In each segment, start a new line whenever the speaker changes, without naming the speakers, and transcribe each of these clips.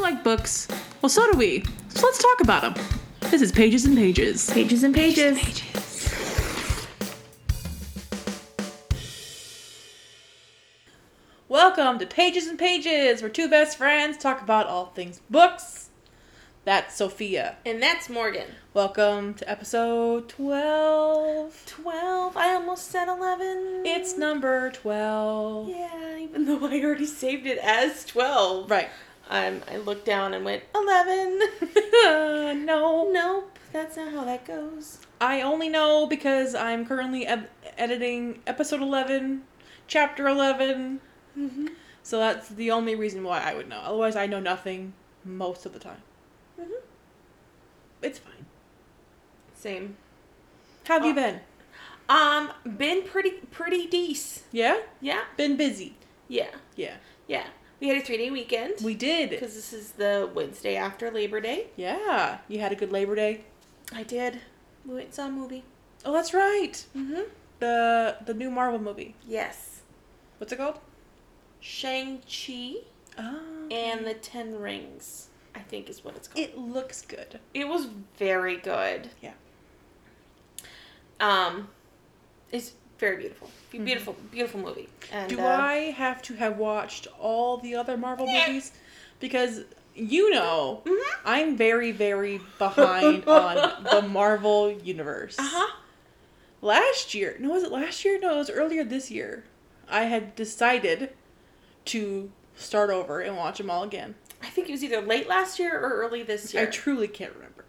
like books. Well, so do we. So let's talk about them. This is Pages and Pages.
Pages and pages.
Welcome to Pages and Pages, where two best friends talk about all things books. That's Sophia.
And that's Morgan.
Welcome to episode 12.
12. I almost said 11.
It's number 12.
Yeah, even though I already saved it as 12.
Right.
Um, I looked down and went, 11.
no.
nope, that's not how that goes.
I only know because I'm currently eb- editing episode 11, chapter 11.
Mm-hmm.
So that's the only reason why I would know. Otherwise, I know nothing most of the time.
Mhm.
It's fine.
Same.
How have you
Oh.
been?
Um, been pretty, pretty decent.
Yeah?
Yeah?
Been busy.
Yeah.
Yeah.
Yeah. We had a three day weekend.
We did.
Because this is the Wednesday after Labor Day.
Yeah. You had a good Labor Day.
I did. We went and saw a movie.
Oh, that's right.
Mm-hmm.
The the new Marvel movie.
Yes.
What's it called?
Shang-Chi
Oh.
and the Ten Rings, I think is what it's called.
it looks good.
It was very good.
Yeah.
Um, it's very beautiful. Be-
Mhm.
Beautiful, beautiful movie. And,
Do
uh,
I have to have watched all the other Marvel
Yeah.
movies? Because you know,
Mhm.
I'm very very behind on the Marvel universe.
Uh-huh.
last year no was it last year no it was earlier this year i had decided to start over and watch them all again
I think it was either late last year or early this year.
i truly can't remember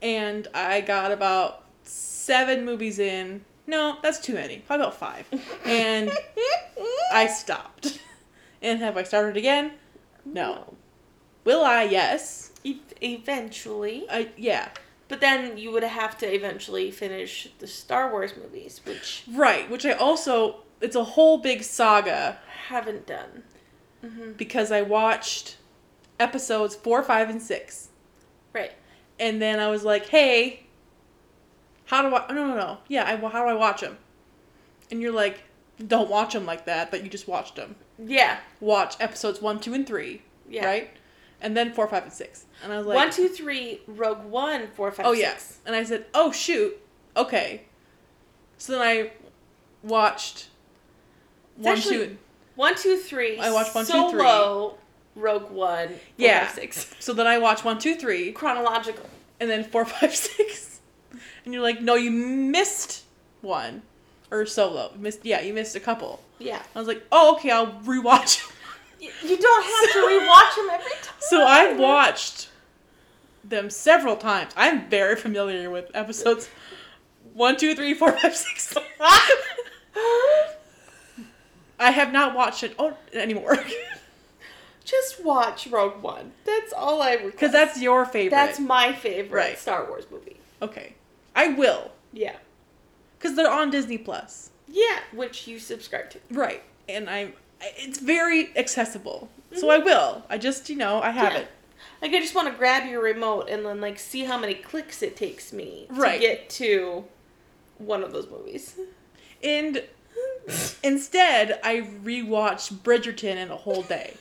and i got about seven movies in no that's too many probably about five and i stopped and have i started again no. will i yes
E- eventually.
i yeah
But then you would have to eventually finish the Star Wars movies, which
right which i also it's a whole big saga
I haven't done. hmm
because I watched episodes four, five, and six.
Right.
And then I was like, hey, how do I? No, no, no. Yeah, I, how do I watch them? And you're like, don't watch them like that, but you just watched them.
Yeah.
Watch episodes one, two, and three,
Yeah.
right? And then four, five, and six. And I was like,
one, two, three, Rogue One, four, five,
oh,
six.
yes. And I said, oh, shoot. Okay. So then I watched
It's
one,
actually-
two, and
One, two, three.
I watched one, two,
solo,
three.
Rogue One. four,
Yeah.
five, six.
So then I watched one, two, three.
Chronological.
and then four, five, six, and you're like, no, you missed one, or solo. You missed, yeah, you missed a couple.
Yeah.
I was like, oh, okay, I'll rewatch.
You, don't have to rewatch them every time.
so I watched them several times. I'm very familiar with episodes one, two, three, four, five, six. I have not watched it oh, anymore
Just watch Rogue One. That's all I request.
because that's your favorite.
that's my favorite
Right.
Star Wars movie.
okay. I will
Yeah.
because they're on Disney Plus.
Yeah, which you subscribe to.
Right. And I'm it's very accessible. So I will. I just, you know, I have
Mm-hmm. Yeah.
it.
Like I just want to grab your remote and then like see how many clicks it takes me
Right.
to get to one of those movies.
And instead, I rewatched Bridgerton in a whole day.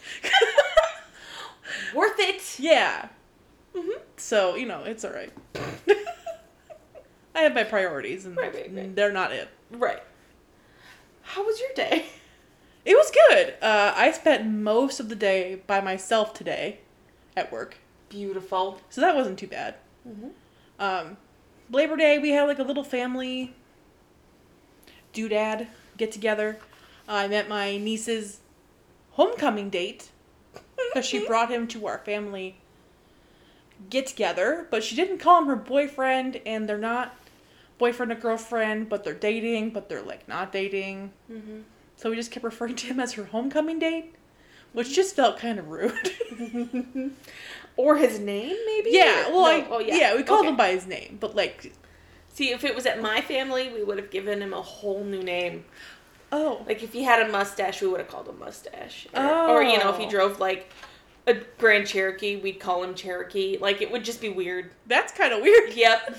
Worth it.
yeah.
Mhm.
So, you know, it's all right. I have my priorities and
Right, right, right.
they're not it.
Right. How was your day?
It was good. Uh, I spent most of the day by myself today at work.
Beautiful.
So that wasn't too bad.
Mhm.
Um, Labor Day, we had like a little family doodad get together. I met my niece's homecoming date because she
Mm-hmm.
brought him to our family get together, but she didn't call him her boyfriend, and they're not boyfriend or girlfriend, but they're dating, but they're like not dating.
Mhm.
So we just kept referring to him as her homecoming date, which just felt kind of rude.
or his name, maybe?
yeah,
Or-
well, I,
no, oh,
yeah. we called
Okay.
him by his name, but like,
See, if it was at my family, we would have given him a whole new name.
oh,
Like, if he had a mustache, we would have called him Mustache. Or, or, you know, if he
Oh.
drove, like, a Grand Cherokee, we'd call him Cherokee. Like, it would just be weird.
That's kind of weird.
Yep.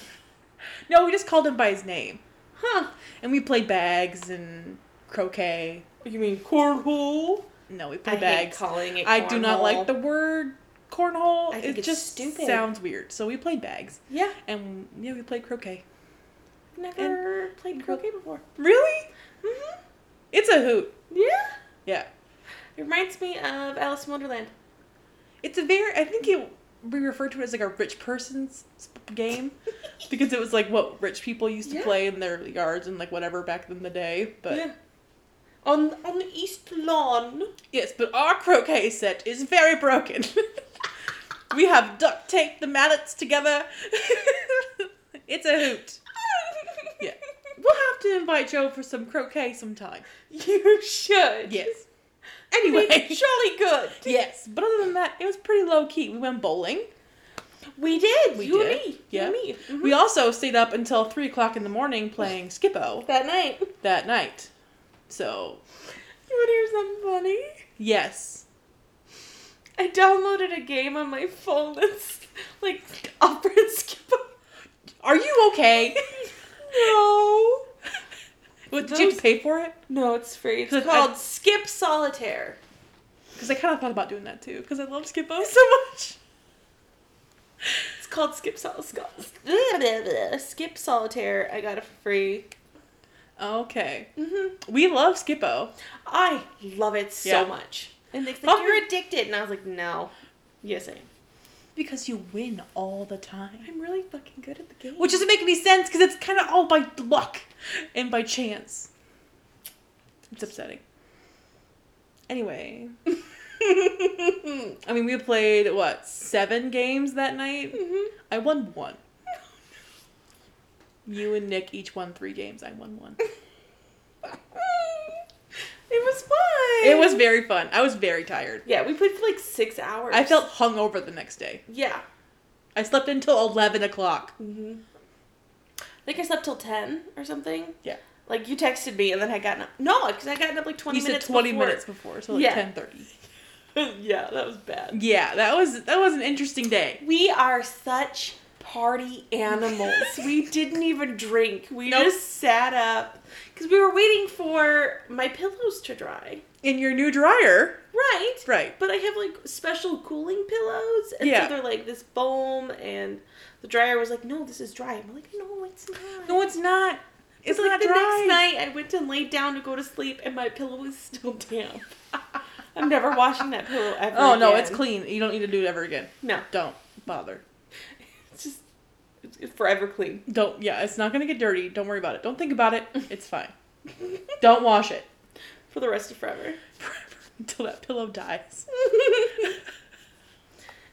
No, we just called him by his name.
Huh.
And we played bags and croquet.
You mean cornhole?
No, we
I
played
hate
bags.
calling it
I do not
cornhole.
like the word cornhole.
I think
it
it's
just
stupid.
sounds weird. So we played bags.
Yeah.
And yeah, we played croquet.
I've never played croquet before.
Really?
hmm
It's a hoot.
Yeah.
Yeah.
It reminds me of Alice in Wonderland.
It's a very I think it we refer to it as like a rich person's sp- game because it was like what rich people used to
Yeah.
play in their yards and like whatever back in the day. But
yeah. On on the east lawn.
yes, but our croquet set is very broken. we have duct taped the mallets together. it's a hoot. Yeah. We'll have to invite Joe for some croquet sometime.
You should.
Yes.
Anyway,
Anyway.
jolly good.
Yes. But other than that, it was pretty low key. We went bowling.
We did.
We
you
did.
and me.
Yeah. Mm-hmm.
You and me. Mhm.
We also stayed up until three o'clock in the morning playing Skippo
that night.
that night. So
You want to hear something funny?
yes.
I downloaded a game on my phone that's like opera and skip.
Are you okay?
no.
What, did you have to pay for it?
No, it's free. It's
Cause I-
called Skip Solitaire.
Because I kind of thought about doing that too. Because I love Skippo so much.
It's called Skip Solitaire. Skip Solitaire. I got it for free.
Okay.
hmm
We love Skippo.
I love it so
Yeah.
much. And they like,
Oh.
you're addicted. And I was like, no. Yes, I am.
Because you win all the time.
I'm really fucking good at the game.
Which doesn't make any sense because it's kind of all by luck and by chance. It's upsetting. Anyway,
mm-hmm.
I mean, we played, what, seven games that night?
Mm-hmm.
I won one. You and Nick each won three games. I won one.
It was fun.
It was very fun. I was very tired.
Yeah, we played for like six hours.
I felt hungover the next day.
Yeah.
I slept until 11 o'clock.
hmm I think I slept till ten or something.
Yeah.
Like you texted me and then I got up. No, because I got up like twenty
you said
minutes.
20
before.
minutes before, so like
Yeah.
10.30.
yeah, that was bad.
Yeah, that was that was an interesting day.
We are such party animals. we didn't even drink. We
Nope.
just sat up because we were waiting for my pillows to dry.
In your new dryer.
Right.
Right.
But I have like special cooling pillows, and
Yeah.
so they're like this foam, and the dryer was like, "No, this is dry." I'm like, "No, it's not."
No, it's not.
But,
It's
like
not
the
dry.
next night, I went to lay down to go to sleep, and my pillow was still damp. I'm never washing that pillow ever.
Oh, no, it's
again.
clean. You don't need to do it ever again.
No,
Don't bother.
it's just it's it's forever clean.
Don't, yeah, it's not going to get dirty. Don't worry about it. Don't think about it. It's fine. Don't wash it
For the rest of forever.
until that pillow dies.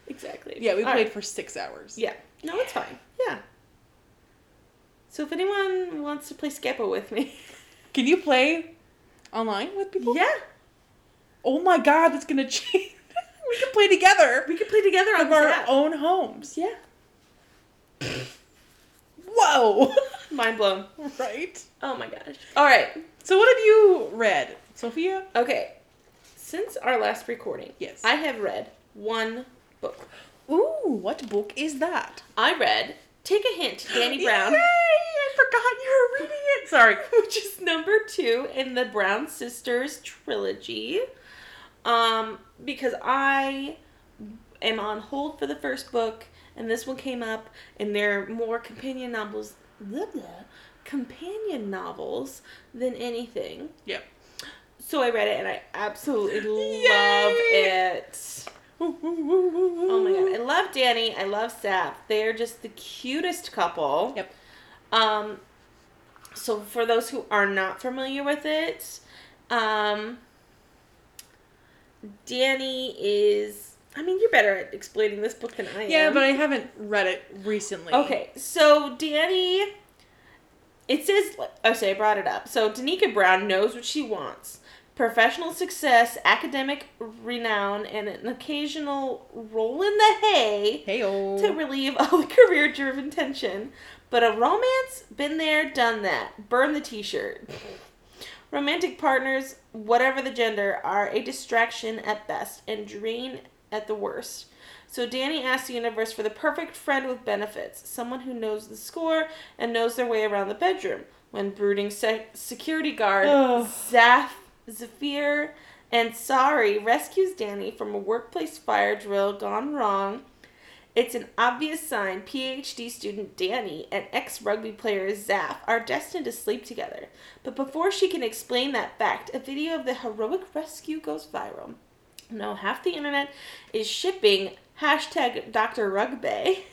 exactly.
Yeah, we
All
played
right.
for six hours.
Yeah. No, it's fine. Yeah. So if anyone wants to play Skepo with me,
Can you play online with people?
yeah.
Oh my god, that's gonna change. we can play together
We could play together on
from
this
our
app.
own homes.
Yeah.
Whoa!
Mind blown.
right?
Oh my gosh. All right.
So, what have you read, Sophia?
Okay. Since our last recording,
Yes.
I have read one book.
Ooh, what book is that?
I read Take a Hint, Danny Brown,
Yay! I forgot you were reading it. Sorry.
which is number two in the Brown Sisters trilogy. Um, because I am on hold for the first book, and this one came up, and there are more companion novels. Blah, blah, companion novels than anything.
Yep.
So I read it and I absolutely
Yay!
love it.
Oh
Oh my god, I love Danny. I love Sap. They are just the cutest couple.
Yep.
Um, so for those who are not familiar with it, um, Danny is. I mean, you're better at explaining this book than I am.
Yeah, but I haven't read it recently.
Okay, so Danny, it says, oh, so I brought it up. So Danica Brown knows what she wants professional success, academic renown, and an occasional roll in the hay
Hey,
to relieve all the career driven tension. But a romance, been there, done that. Burn the t shirt. Romantic partners, whatever the gender, are a distraction at best and drain at the worst. So Danny asks the universe for the perfect friend with benefits, someone who knows the score and knows their way around the bedroom. When brooding se- security guard
Ugh.
Zaf Zafir And Sorry rescues Danny from a workplace fire drill gone wrong. It's an obvious sign PhD student Danny and ex rugby player Zaf are destined to sleep together. But before she can explain that fact, a video of the heroic rescue goes viral. Now, half the internet is shipping hashtag Dr. Rugby,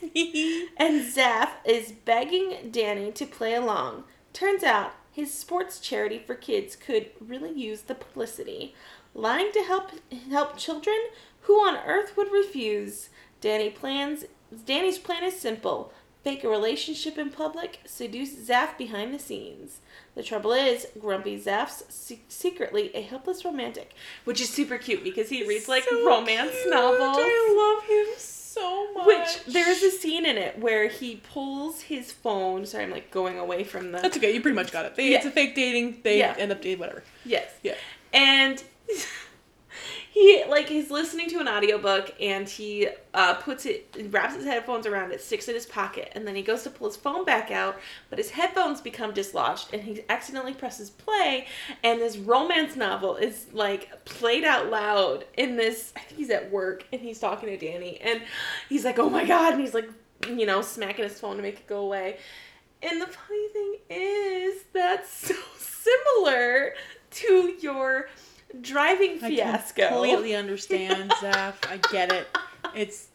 and Zaf is begging Danny to play along. Turns out his sports charity for kids could really use the publicity. Lying to help help children? Who on earth would refuse? Danny plans Danny's plan is simple. Fake a relationship in public, seduce Zaf behind the scenes. The trouble is, Grumpy Zaf's se- secretly a helpless romantic, which is super cute because he reads like
So
romance
cute.
novels.
I love him so much.
Which there's a scene in it where he pulls his phone. Sorry, I'm like going away from the.
That's okay. You pretty much got it. They, It's
Yeah.
a fake dating. They
Yeah.
end up dating whatever.
yes.
Yeah.
And he like he's listening to an audiobook and he uh, puts it wraps his headphones around it, sticks it in his pocket, and then he goes to pull his phone back out, but his headphones become dislodged and he accidentally presses play, and this romance novel is like played out loud in this. I think he's at work and he's talking to Danny and he's like, oh my god, and he's like, you know, smacking his phone to make it go away. And the funny thing is, that's so similar to your driving fiasco.
I completely understand, Zaf. I get it. It's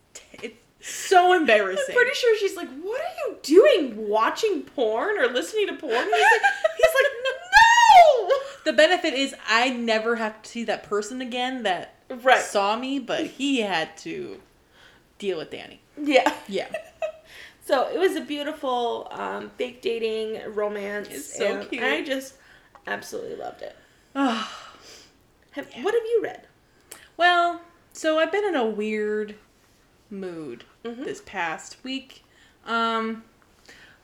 it's so embarrassing.
I'm pretty sure she's like, "What are you doing? Watching porn or listening to porn?" And he's like, "He's like,
the benefit is I never have to see that person again that
no, right?
saw me, but he had to deal with Danny.
yeah."
Yeah.
So it was a beautiful um, fake dating romance.
It's so
and
cute.
I just absolutely loved it.
Ugh.
Have, What have you read?
well, so I've been in a weird mood
Mhm.
this past week. Um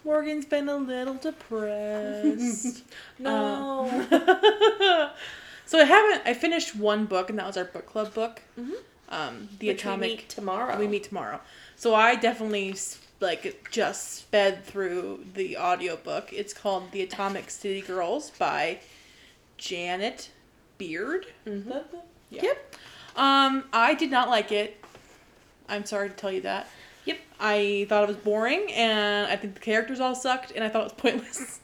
Morgan's been a little depressed.
No.
Uh, so I haven't. I finished one book, and that was our book club book.
Mhm.
Um, the
Which
Atomic.
we meet tomorrow.
we meet tomorrow. So I definitely s- like just sped through the audiobook. It's called The Atomic City Girls by Janet Beard.
Mhm.
Yeah.
Yep.
Um, I did not like it. I'm sorry to tell you that.
Yep.
I thought it was boring, and I think the characters all sucked, and I thought it was pointless.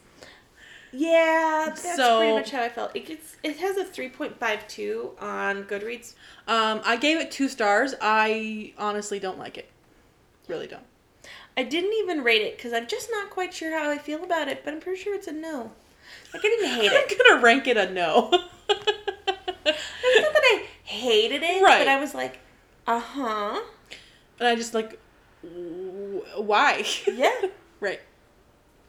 Yeah, that's
So-
pretty much how I felt. It gets it has a three point five two on Goodreads.
Um, I gave it two stars. I honestly don't like it. Really don't.
I didn't even rate it because I'm just not quite sure how I feel about it, but I'm pretty sure it's a no. Like I didn't hate it.
I'm gonna rank it a no.
It's not that I hated it,
Right.
but I was like, uh huh,
and I just like, w- why?
yeah,
right.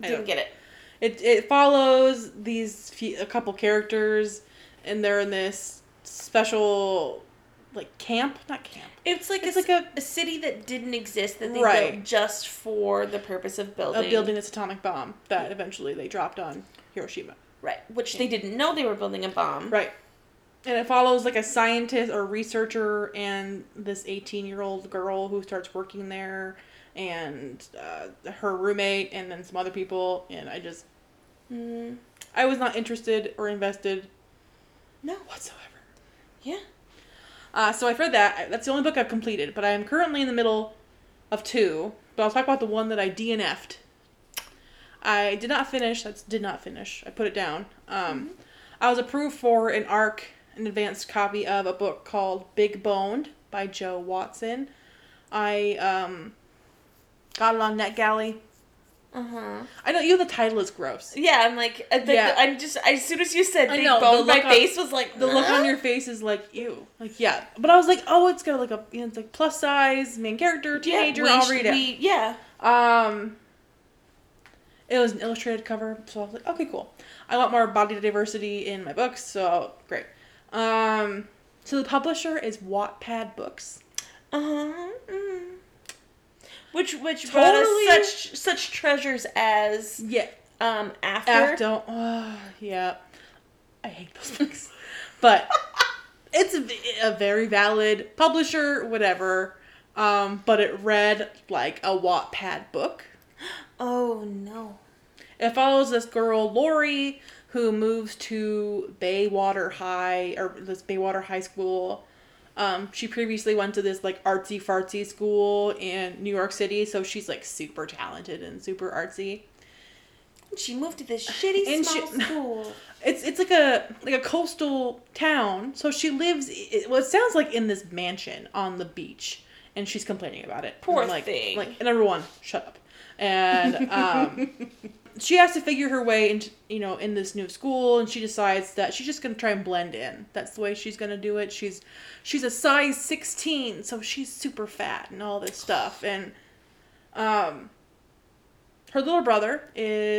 I
didn't
don't-
get it.
It it follows these few, a couple characters, and they're in this special, like camp, not camp.
It's like
It's
it's a, like
like
a,
a-
city that didn't exist that they
Right.
built just for the purpose of building
A building this atomic bomb that eventually they dropped on Hiroshima.
right, which they didn't know they were building a bomb.
Right. And it follows like a scientist or researcher and this 18 year old girl who starts working there and uh, her roommate and then some other people. And I just,
Mm,
I was not interested or invested
no,
whatsoever.
yeah,
Uh, so I've read that. I- That's the only book I've completed, but I am currently in the middle of two. But I'll talk about the one that I DNF'd. I did not finish. That's did not finish. I put it down. Um, I was approved for an ARC, an advanced copy of a book called Big Boned by Joe Watson. I um, got it on NetGalley.
uh huh.
I know you. The title is gross.
Yeah, I'm like, I, the,
Yeah.
I'm just as soon as you said
I
big
know, the
bone, my
look on-
face was like
The look on your face is like ew, like yeah. But I was like, oh, it's got like a, you know, it's like plus size main character, teenager. I'll read it.
We, yeah,
Um, it was an illustrated cover, so I was like, okay, cool. I want more body diversity in my books, so great. Um, so the publisher is Wattpad Books.
Uh-huh. Mm. Which which brought
Totally.
us such such treasures as
Yeah,
um after,
after, oh, yeah, I hate those books, but it's a, v- a very valid publisher, whatever. Um, but it read like a Wattpad book.
Oh no.
It follows this girl, Lori, who moves to Baywater High or this Baywater High School. Um, she previously went to this like artsy fartsy school in New York City, so she's like super talented and super artsy.
She moved to this shitty
And
small
she-
school.
It's it's like a like a coastal town, so she lives. It, well, it sounds like in this mansion on the beach, and she's complaining about it.
Poor
And, like,
thing.
Like number one, shut up. And um, she has to figure her way into you know in this new school and she decides that she's just gonna try and blend in that's the way she's gonna do it she's she's a size 16 so she's super fat and all this stuff and um her little brother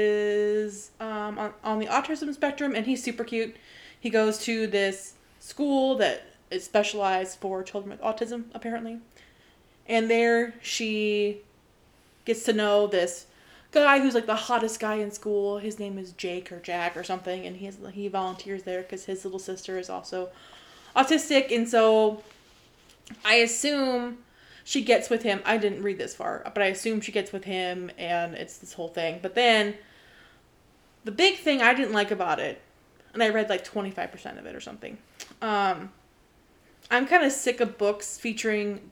is um, on, on the autism spectrum and he's super cute he goes to this school that is specialized for children with autism apparently and there she gets to know this guy who's like the hottest guy in school. His name is Jake or Jack or something, and he has, he volunteers there because his little sister is also autistic, and so I assume she gets with him. I didn't read this far, but I assume she gets with him, and it's this whole thing. But then the big thing I didn't like about it, and I read like twenty five percent of it or something. Um, I'm kind of sick of books featuring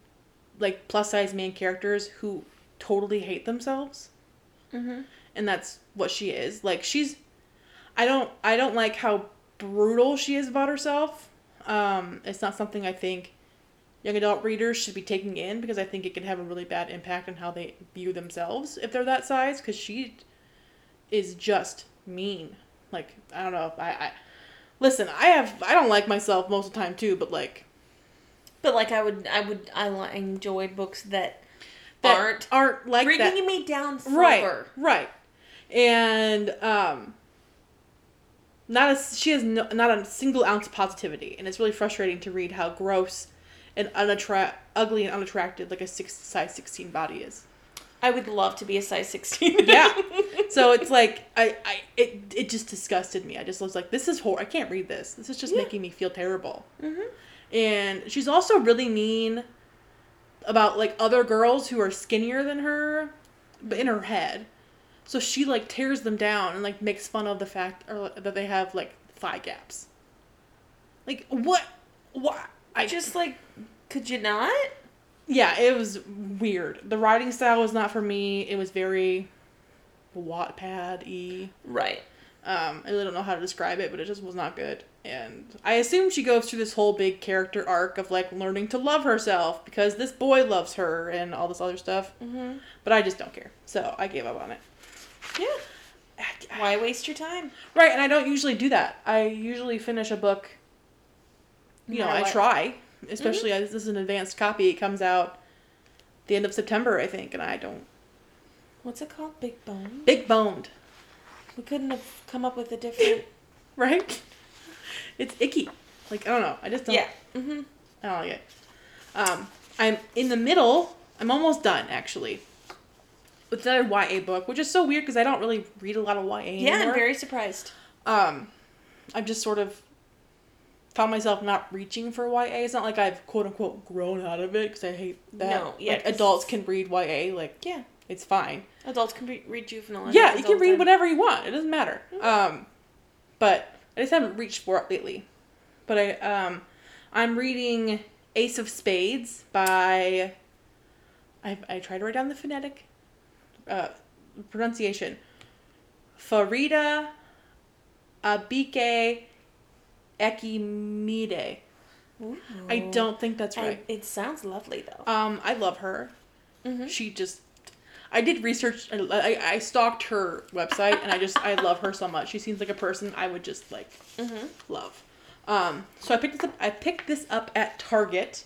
like plus size man characters who totally hate themselves
Mm-hmm.
and that's what she is like she's i don't i don't like how brutal she is about herself um it's not something i think young adult readers should be taking in because i think it can have a really bad impact on how they view themselves if they're that size because she is just mean like i don't know if i, I listen i have i don't like myself most of the time too but like
But like I would, I would, I li- enjoy books that,
that
aren't
aren't like
bringing
that.
me down
right
further.
right and um not a she has no, not a single ounce of positivity and it's really frustrating to read how gross and unattra- ugly and unattractive like a six size 16 body is
I would love to be a size sixteen.
Yeah. so it's like i i it, it just disgusted me i just was like this is hor i can't read this this is just
Yeah.
making me feel terrible
hmm
and she's also really mean about like other girls who are skinnier than her but in her head so she like tears them down and like makes fun of the fact or, that they have like thigh gaps like what what i
I just like, could you not?
yeah it was weird the writing style was not for me it was very wattpad e
Right.
um, I really don't know how to describe it, but it just was not good. And I assume she goes through this whole big character arc of like learning to love herself because this boy loves her and all this other stuff.
Mm-hmm.
But I just don't care, so I gave up on it.
Yeah. Why waste your time?
Right, and I don't usually do that. I usually finish a book. You
No
know,
matter
I
what. Mm-hmm.
try, especially as this is an advanced copy. It comes out the end of September, I think, and I don't
What's it called? Big Bone.
big boned,
We couldn't have come up with a different.
right? It's icky. Like I don't know. I just don't.
yeah. Mm-hmm.
I don't like it. Um, I'm in the middle. I'm almost done actually. With another YA book, which is so weird because I don't really read a lot of YA
Yeah,
anymore.
I'm very surprised.
um, I've just sort of found myself not reaching for YA. It's not like I've quote unquote grown out of it because I hate that.
No, yeah,
like,
'cause
adults can
it's-
read YA. Like
Yeah.
it's fine.
Adults can re- read juvenile.
Yeah,
I do
you
this
can
all the
read
time. Mm-hmm.
whatever you want. It doesn't matter. Um, but I just haven't reached for it lately. But I um, I'm reading Ace of Spades by. I I tried to write down the phonetic, uh, pronunciation. Farida, Abike, Ekimide.
Ooh.
I don't think that's
Oh. I-
right.
it sounds lovely though.
Um, I love her.
Mhm.
She just, I did research. I, I, I stalked her website, and I just I love her so much. She seems like a person I would just like
Mm-hmm.
love. Um, so I picked this up. I picked this up at Target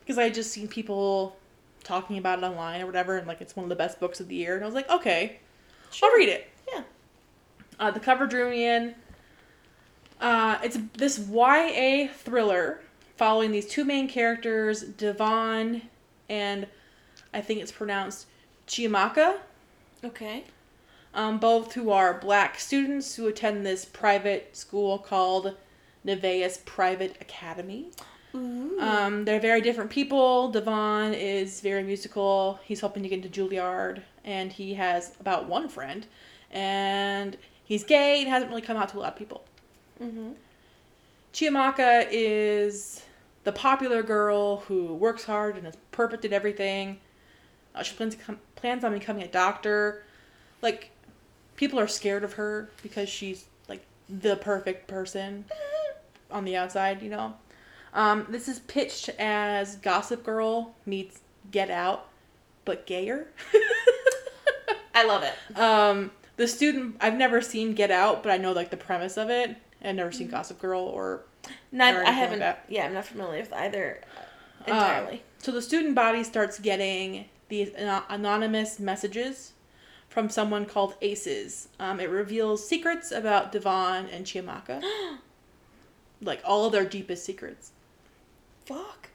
because I had just seen people talking about it online or whatever, and like it's one of the best books of the year. And I was like, okay, I'll read it.
Yeah.
Uh, the cover drew me in. Uh, it's this YA thriller following these two main characters, Devon and I think it's pronounced Chiamaka,
Okay.
um, both who are black students who attend this private school called Nevaeh's Private Academy.
Ooh.
Um, they're very different people. Devon is very musical. He's hoping to get into Juilliard, and he has about one friend, and he's gay and hasn't really come out to a lot of people.
Mm-hmm.
Chiamaka is the popular girl who works hard and is perfect at everything. Uh, she plans, to com- plans on becoming a doctor. Like, people are scared of her because she's, like, the perfect person on the outside, you know? Um, this is pitched as Gossip Girl meets Get Out, but gayer.
I love it.
Um, the student I've never seen Get Out, but I know like the premise of it. I've never seen Gossip Girl or
Not,
Or
I
anything
haven't.
like that.
yeah, I'm not familiar with either uh,
Um,
entirely.
so the student body starts getting these ano- anonymous messages from someone called Aces. Um, it reveals secrets about Devon and Chiamaka, like all of their deepest secrets.
Fuck.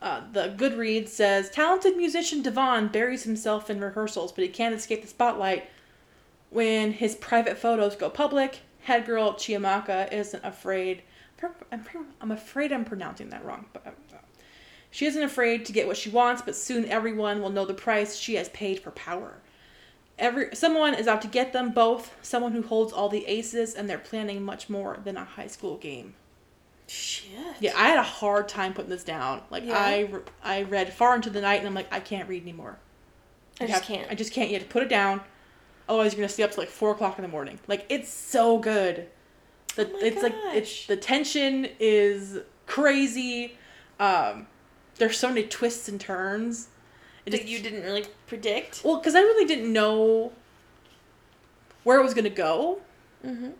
Uh, the Goodreads says talented musician Devon buries himself in rehearsals, but he can't escape the spotlight when his private photos go public. Head girl Chiamaka isn't afraid. I'm, I'm afraid I'm pronouncing that wrong, but uh, she isn't afraid to get what she wants. But soon everyone will know the price she has paid for power. Every someone is out to get them both. Someone who holds all the aces, and they're planning much more than a high school game.
Shit.
Yeah, I had a hard time putting this down. Like
Yeah.
I, re- I read far into the night, and I'm like, I can't read anymore.
I
You
just
have-
can't.
I just can't. You have to put it down. Otherwise, you're gonna stay up to like four o'clock in the morning. Like it's so good. The,
Oh my
it's like it's
gosh.
the tension is crazy. Um, there's so many twists and turns. It
that
just- Oh.
you didn't really predict.
well, because I really didn't know where it was gonna go.
Mm-hmm.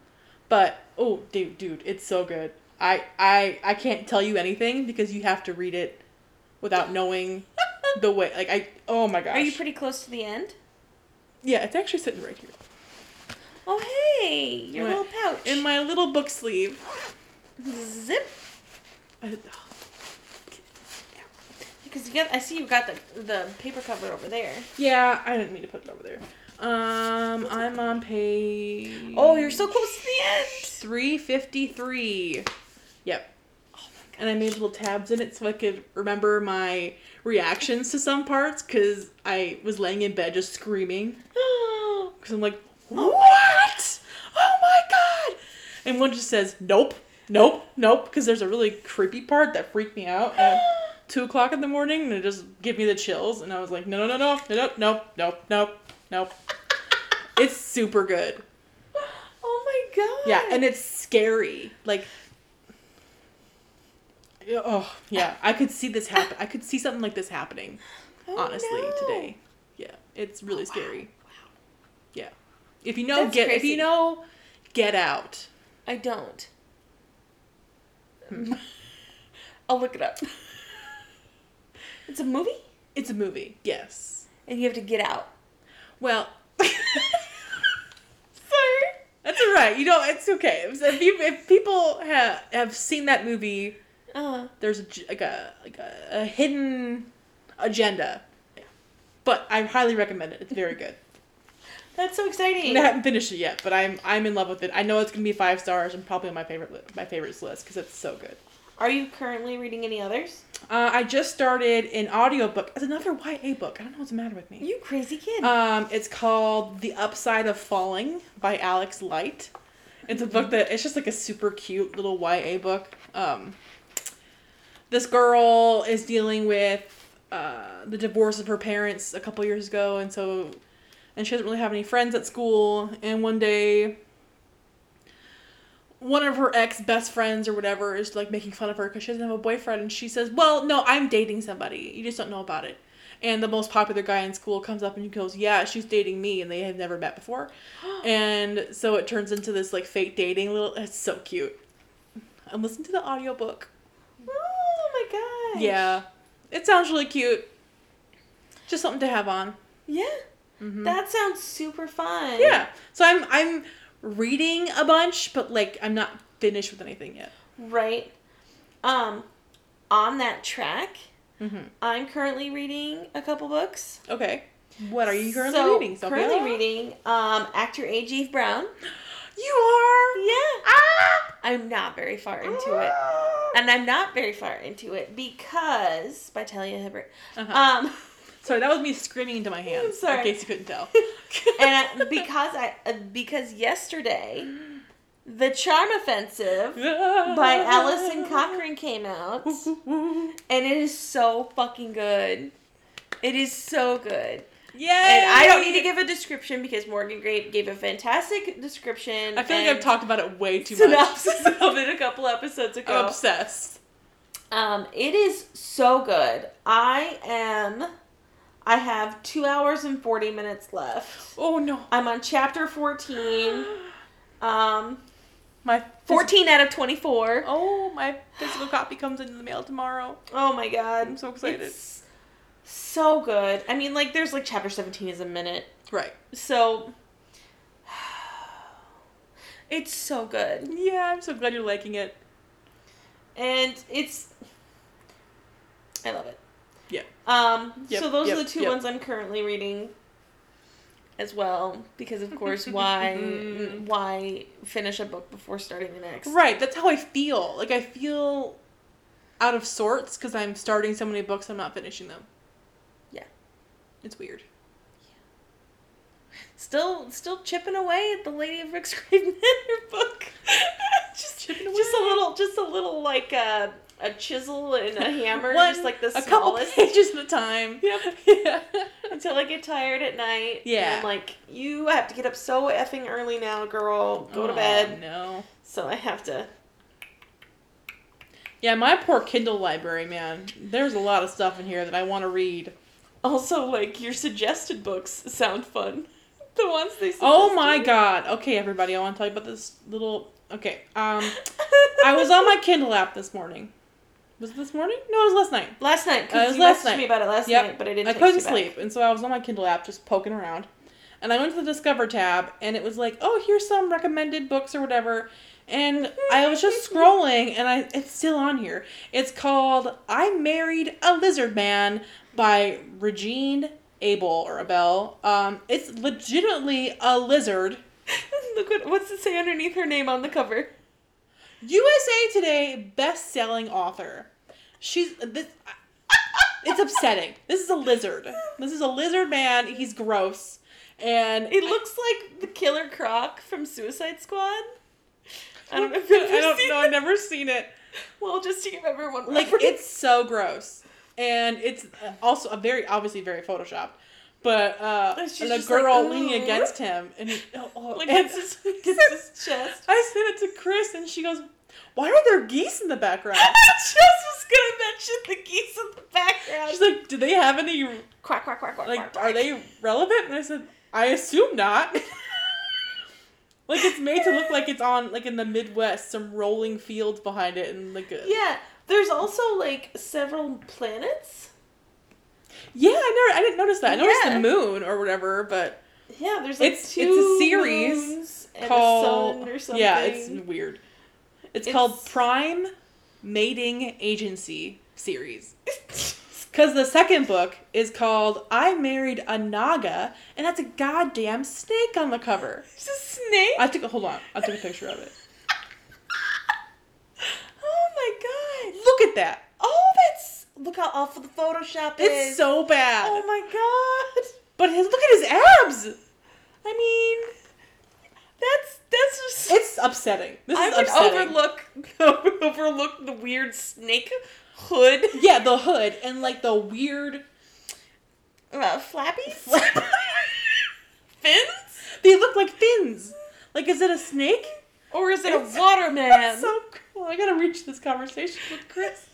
But oh, dude, dude, it's so good. I I I can't tell you anything because you have to read it without knowing the way. Like I, oh my gosh.
Are you pretty close to the end?
yeah, it's actually sitting right here
Oh hey, your
What?
little pouch.
in my little book sleeve.
Zip.
I-
Because you got, I see you got the the paper cover over there.
yeah, I didn't mean to put it over there. Um, I'm on page.
Oh, you're so close to the end.
Three fifty three. Yep. And I made little tabs in it so I could remember my reactions to some parts because I was laying in bed just screaming.
Oh
Because I'm like, what? Oh my god! And one just says, nope, nope, nope, because there's a really creepy part that freaked me out at two o'clock in the morning, and it just gave me the chills. And I was like, no, no, no, no, no, no, no, no, no. It's super good.
Oh my god.
Yeah, and it's scary. Like, oh yeah, I could see this happen. I could see something like this happening.
Oh,
honestly,
no. Oh,
today. Yeah, it's really
Wow.
scary.
Wow.
Yeah. If you know
That's
get if
crazy.
you know get out.
I don't. I'll look it up. It's a movie,
It's a movie. Yes.
and you have to get out.
Well,
Sorry.
that's all right. You know, it's okay. If, if you, if people have have seen that movie,
Uh,
there's a g like a like a, a hidden agenda. But I highly recommend it. It's very good.
that's so exciting.
I haven't finished it yet, but I'm I'm in love with it. I know it's gonna be five stars and probably on my favorite li- my favorites list because it's so good.
Are you currently reading any others?
Uh, I just started an audiobook. It's another YA book. I don't know what's the matter with me.
You crazy kid.
Um, it's called The Upside of Falling by Alex Light. It's a book that it's just like a super cute little YA book. Um, this girl is dealing with uh, the divorce of her parents a couple years ago, and so and she doesn't really have any friends at school. And one day, one of her ex best friends or whatever is like making fun of her because she doesn't have a boyfriend, and she says, "Well, no, I'm dating somebody. You just don't know about it." and the most popular guy in school comes up and goes, "Yeah, she's dating me," and they have never met before, and so it turns into this like fake dating. Little, it's so cute. And listen to the audiobook.
oh my god.
Yeah, it sounds really cute. Just something to have on.
Yeah.
Mhm.
That sounds super fun.
Yeah. So I'm I'm reading a bunch, but like I'm not finished with anything yet.
Right. Um, on that track,
Mm-hmm.
I'm currently reading a couple books.
Okay. What are you currently
So,
reading? Sophia?
Currently reading um, actor A.G. Brown.
You are.
Yeah.
Ah!
I'm not very far into it. And I'm not very far into it because by Talia Hibbert.
Uh-huh.
Um,
Sorry, that was me screaming into my hand.
I'm sorry.
In case you couldn't tell.
and I- because I uh, because yesterday, the Charm Offensive by Allison Cochran came out, and it is so fucking good. It is so good,
Yay!
and I don't need to give a description because Morgan Great gave a fantastic description.
I feel like
and
I've talked about it way too
synopsis
much.
of it a couple episodes ago.
I'm obsessed.
Um, it is so good. I am. I have two hours and forty minutes left.
Oh no.
I'm on chapter fourteen. Um,
My phys-
fourteen out of twenty-four. Oh,
Oh, my physical copy comes into the mail tomorrow.
my god,
I'm so excited.
It's so good. I mean, like, there's like chapter seventeen is a minute,
Right.
so it's so good,
Yeah, I'm so glad you're liking it.
and it's. I love it.
Yeah.
Um,
Yep,
so those
yep,
are the two
yep.
ones I'm currently reading as well because of course why why finish a book before starting the next?
Mm. Right. That's how I feel. Like I feel out of sorts because I'm starting so many books, I'm not finishing them.
Yeah.
It's weird.
Still still chipping away at the Lady of Rick's Grave Manor book. just
Chipping
just a
away.
little just a little like a a chisel and a hammer
One-
just like the
a couple
smallest
pages at a time.
Yep.
Yeah.
until I get tired at night.
Yeah.
And I'm like, you have to get up so effing early now, girl. Go to
Oh,
bed.
No.
So I have to
Yeah, my poor Kindle library, man. There's a lot of stuff in here that I want to read.
Also, like your suggested books sound fun. The ones they suggested.
Oh my god. Okay, everybody, I want to tell you about this little. Okay. Um, I was on my Kindle app this morning. Was it this morning? No, it was last night.
last night
Uh, it
because
was
you
last
messaged
night.
me about it last
Yep.
night, but I didn't.
I
text
couldn't
you back.
sleep, and so I was on my Kindle app just poking around. And I went to the Discover tab, and it was like, oh, here's some recommended books or whatever. And
Hmm,
I was just scrolling, and I it's still on here. It's called I Married a Lizard Man by Regine Abel or Abel. Um, it's legitimately a lizard.
Look what what's it say underneath her name on the cover.
USA Today best-selling author. She's this. It's upsetting. This is a lizard. This is a lizard man. He's gross, and
It looks like the Killer Croc from Suicide Squad. I don't know if
I
you've ever
don't
seen
know.
it.
I've never seen it.
Well, just to give everyone
Like
reference.
it's so gross, and it's also a very obviously very photoshopped. But uh,
And she's
and the
just like,
girl
"Ooh."
leaning against him, and he- oh, oh,
like
and-
it's his, it's his chest.
I sent it to Chris, and she goes, "Why are there geese in the background?"
I just was gonna mention the geese in the background.
She's like, "Do they have any
quack quack quack quack. quack,
like
quack.
are they relevant and i said i assume not like it's made to look like it's on like in the midwest some rolling fields behind it and like a,
Yeah, there's also like several planets.
yeah i never i didn't notice that i noticed
Yeah.
the moon or whatever but
Yeah, there's like
It's- it's a
two.
series
moons and a
called
sun or something.
yeah it's weird it's,
It's-
called prime mating agency series because the second book is called i married a naga and that's a goddamn snake on the cover
It's a snake.
i took a hold on i took a picture of it
oh my god!
look at that
Oh, that's look how awful the Photoshop is.
It's so bad.
Oh my god!
But his look at his abs.
I mean, that's that's just.
It's upsetting. This
I
is
would
upsetting.
overlook overlook the weird snake hood.
yeah, the hood and like the weird.
Uh, flappies.
fins? They look like fins. Like, is it a snake?
Or is it
It's-
a waterman?
That's so cool. I gotta reach this conversation with Chris.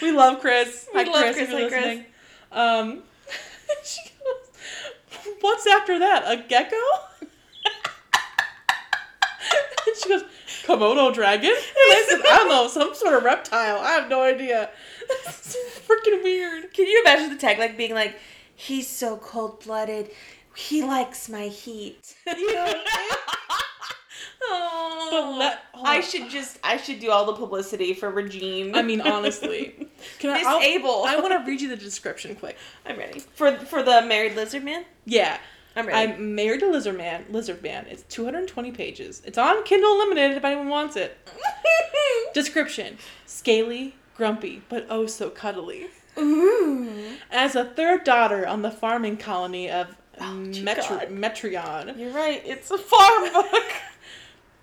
we love Chris.
We
Hi,
love
Chris. if
Chris.
you're
Hi, Chris.
listening. Um, she goes, "What's after that? A gecko?" and she goes, "Komodo dragon." And I said, "I don't know, some sort of reptile. I have no idea. This is freaking weird."
Can you imagine the tag like being like, he's so cold blooded, he likes my heat. oh,
But let- hold
I
on.
should just I should do all the publicity for Regine.
I mean, honestly, can
Miss
I'll-
Abel.
I want to read you the description quick.
I'm ready for for the married lizard man.
Yeah.
I'm ready.
I'm married to Lizard Man. Lizard Man. It's 220 pages. It's on Kindle Unlimited if anyone wants it. Description: Scaly, grumpy, but oh so cuddly.
Ooh.
as a third daughter on the farming colony of
Oh, dear
Metri-
God.
Metreon.
You're right. It's a farm book.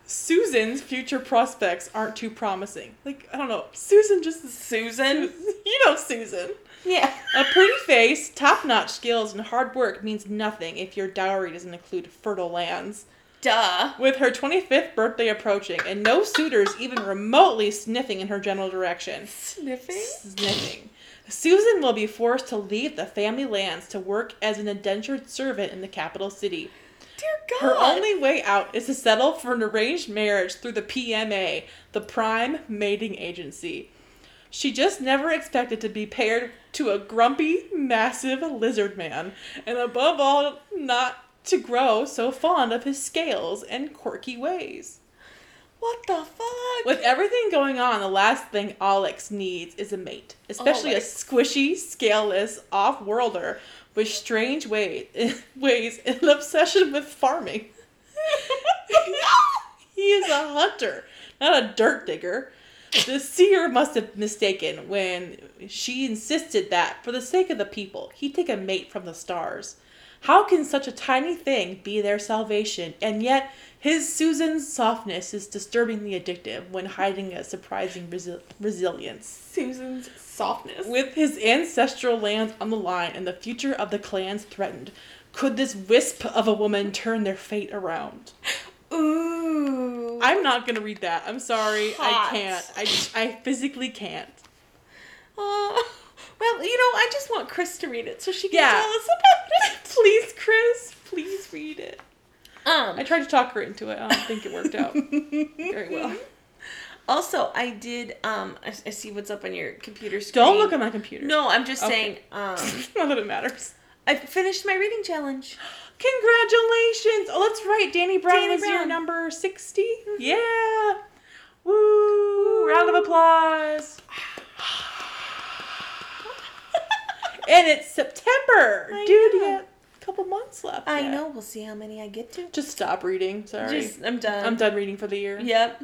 Susan's future prospects aren't too promising. Like, I don't know. Susan just is.
Susan.
You know Susan.
Yeah.
A pretty face, top notch skills, and hard work means nothing if your dowry doesn't include fertile lands.
Duh.
With her 25th birthday approaching and no suitors even remotely sniffing in her general direction,
Sniffing.
sniffing, Susan will be forced to leave the family lands to work as an indentured servant in the capital city.
Dear God.
Her only way out is to settle for an arranged marriage through the PMA, the Prime Mating Agency. She just never expected to be paired to a grumpy, massive lizard man, and above all, not to grow so fond of his scales and quirky ways.
What the fuck?
With everything going on, the last thing Alex needs is a mate, especially
Alex.
a squishy, scaleless off-worlder with strange ways, ways and an obsession with farming. he is a hunter, not a dirt digger. The seer must have mistaken when she insisted that, for the sake of the people, he take a mate from the stars. How can such a tiny thing be their salvation? And yet, his Susan's softness is disturbingly addictive when hiding a surprising resi- resilience.
Susan's softness.
With his ancestral lands on the line and the future of the clans threatened, could this wisp of a woman turn their fate around?
Ooh.
I'm not gonna read that. I'm sorry.
Hot.
I can't. I just, I physically can't.
Aw. Uh, well, you know, I just want Chris to read it so she can
Yeah.
tell us about it.
Please, Chris, please read it.
Um,
I tried to talk her into it. I don't think it worked out very well.
Also, I did. Um, I, I see what's up on your computer screen.
Don't look at my computer.
No, I'm just
Okay.
saying. Um,
Not that it matters.
I finished my reading challenge.
Congratulations! Oh, that's right. Danny Brown
Danny
was your
Brown. Mm-hmm.
number 60. Yeah! Woo! Round of applause! and it's September!
I
Dude, you
know.
got a couple months left.
I
yet.
know. We'll see how many I get to.
Just stop reading. Sorry.
Just, I'm done.
I'm done reading for the year.
Yep.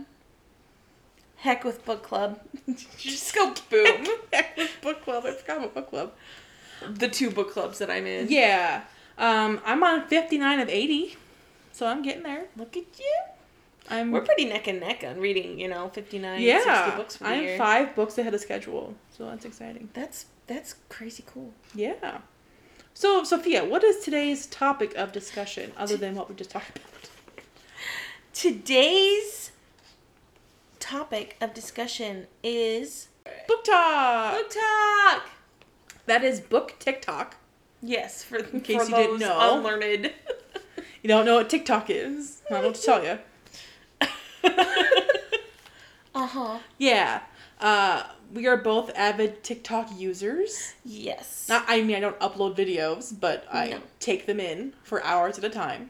Heck with book club. just go
Boom.
boom.
book club. I forgot about book club.
the two book clubs that I'm in.
Yeah. Um, I'm on 59 of 80, so I'm getting there.
Look at you.
I'm
We're pretty neck and neck on reading. You know, 59,
yeah.
60 books for the
I'm
year.
five books ahead of schedule, so that's exciting.
That's that's crazy cool.
Yeah. So Sophia, what is today's topic of discussion other than what we just talked about?
Today's topic of discussion is
Book talk.
book talk.
That is book TikTok.
Yes, for in
case
for
you didn't
those
know.
unlearned.
You don't know what TikTok is? I don't know what to tell you.
uh huh.
Yeah. Uh, we are both avid TikTok users.
Yes.
Not, I mean, I don't upload videos, but I
No.
take them in for hours at a time.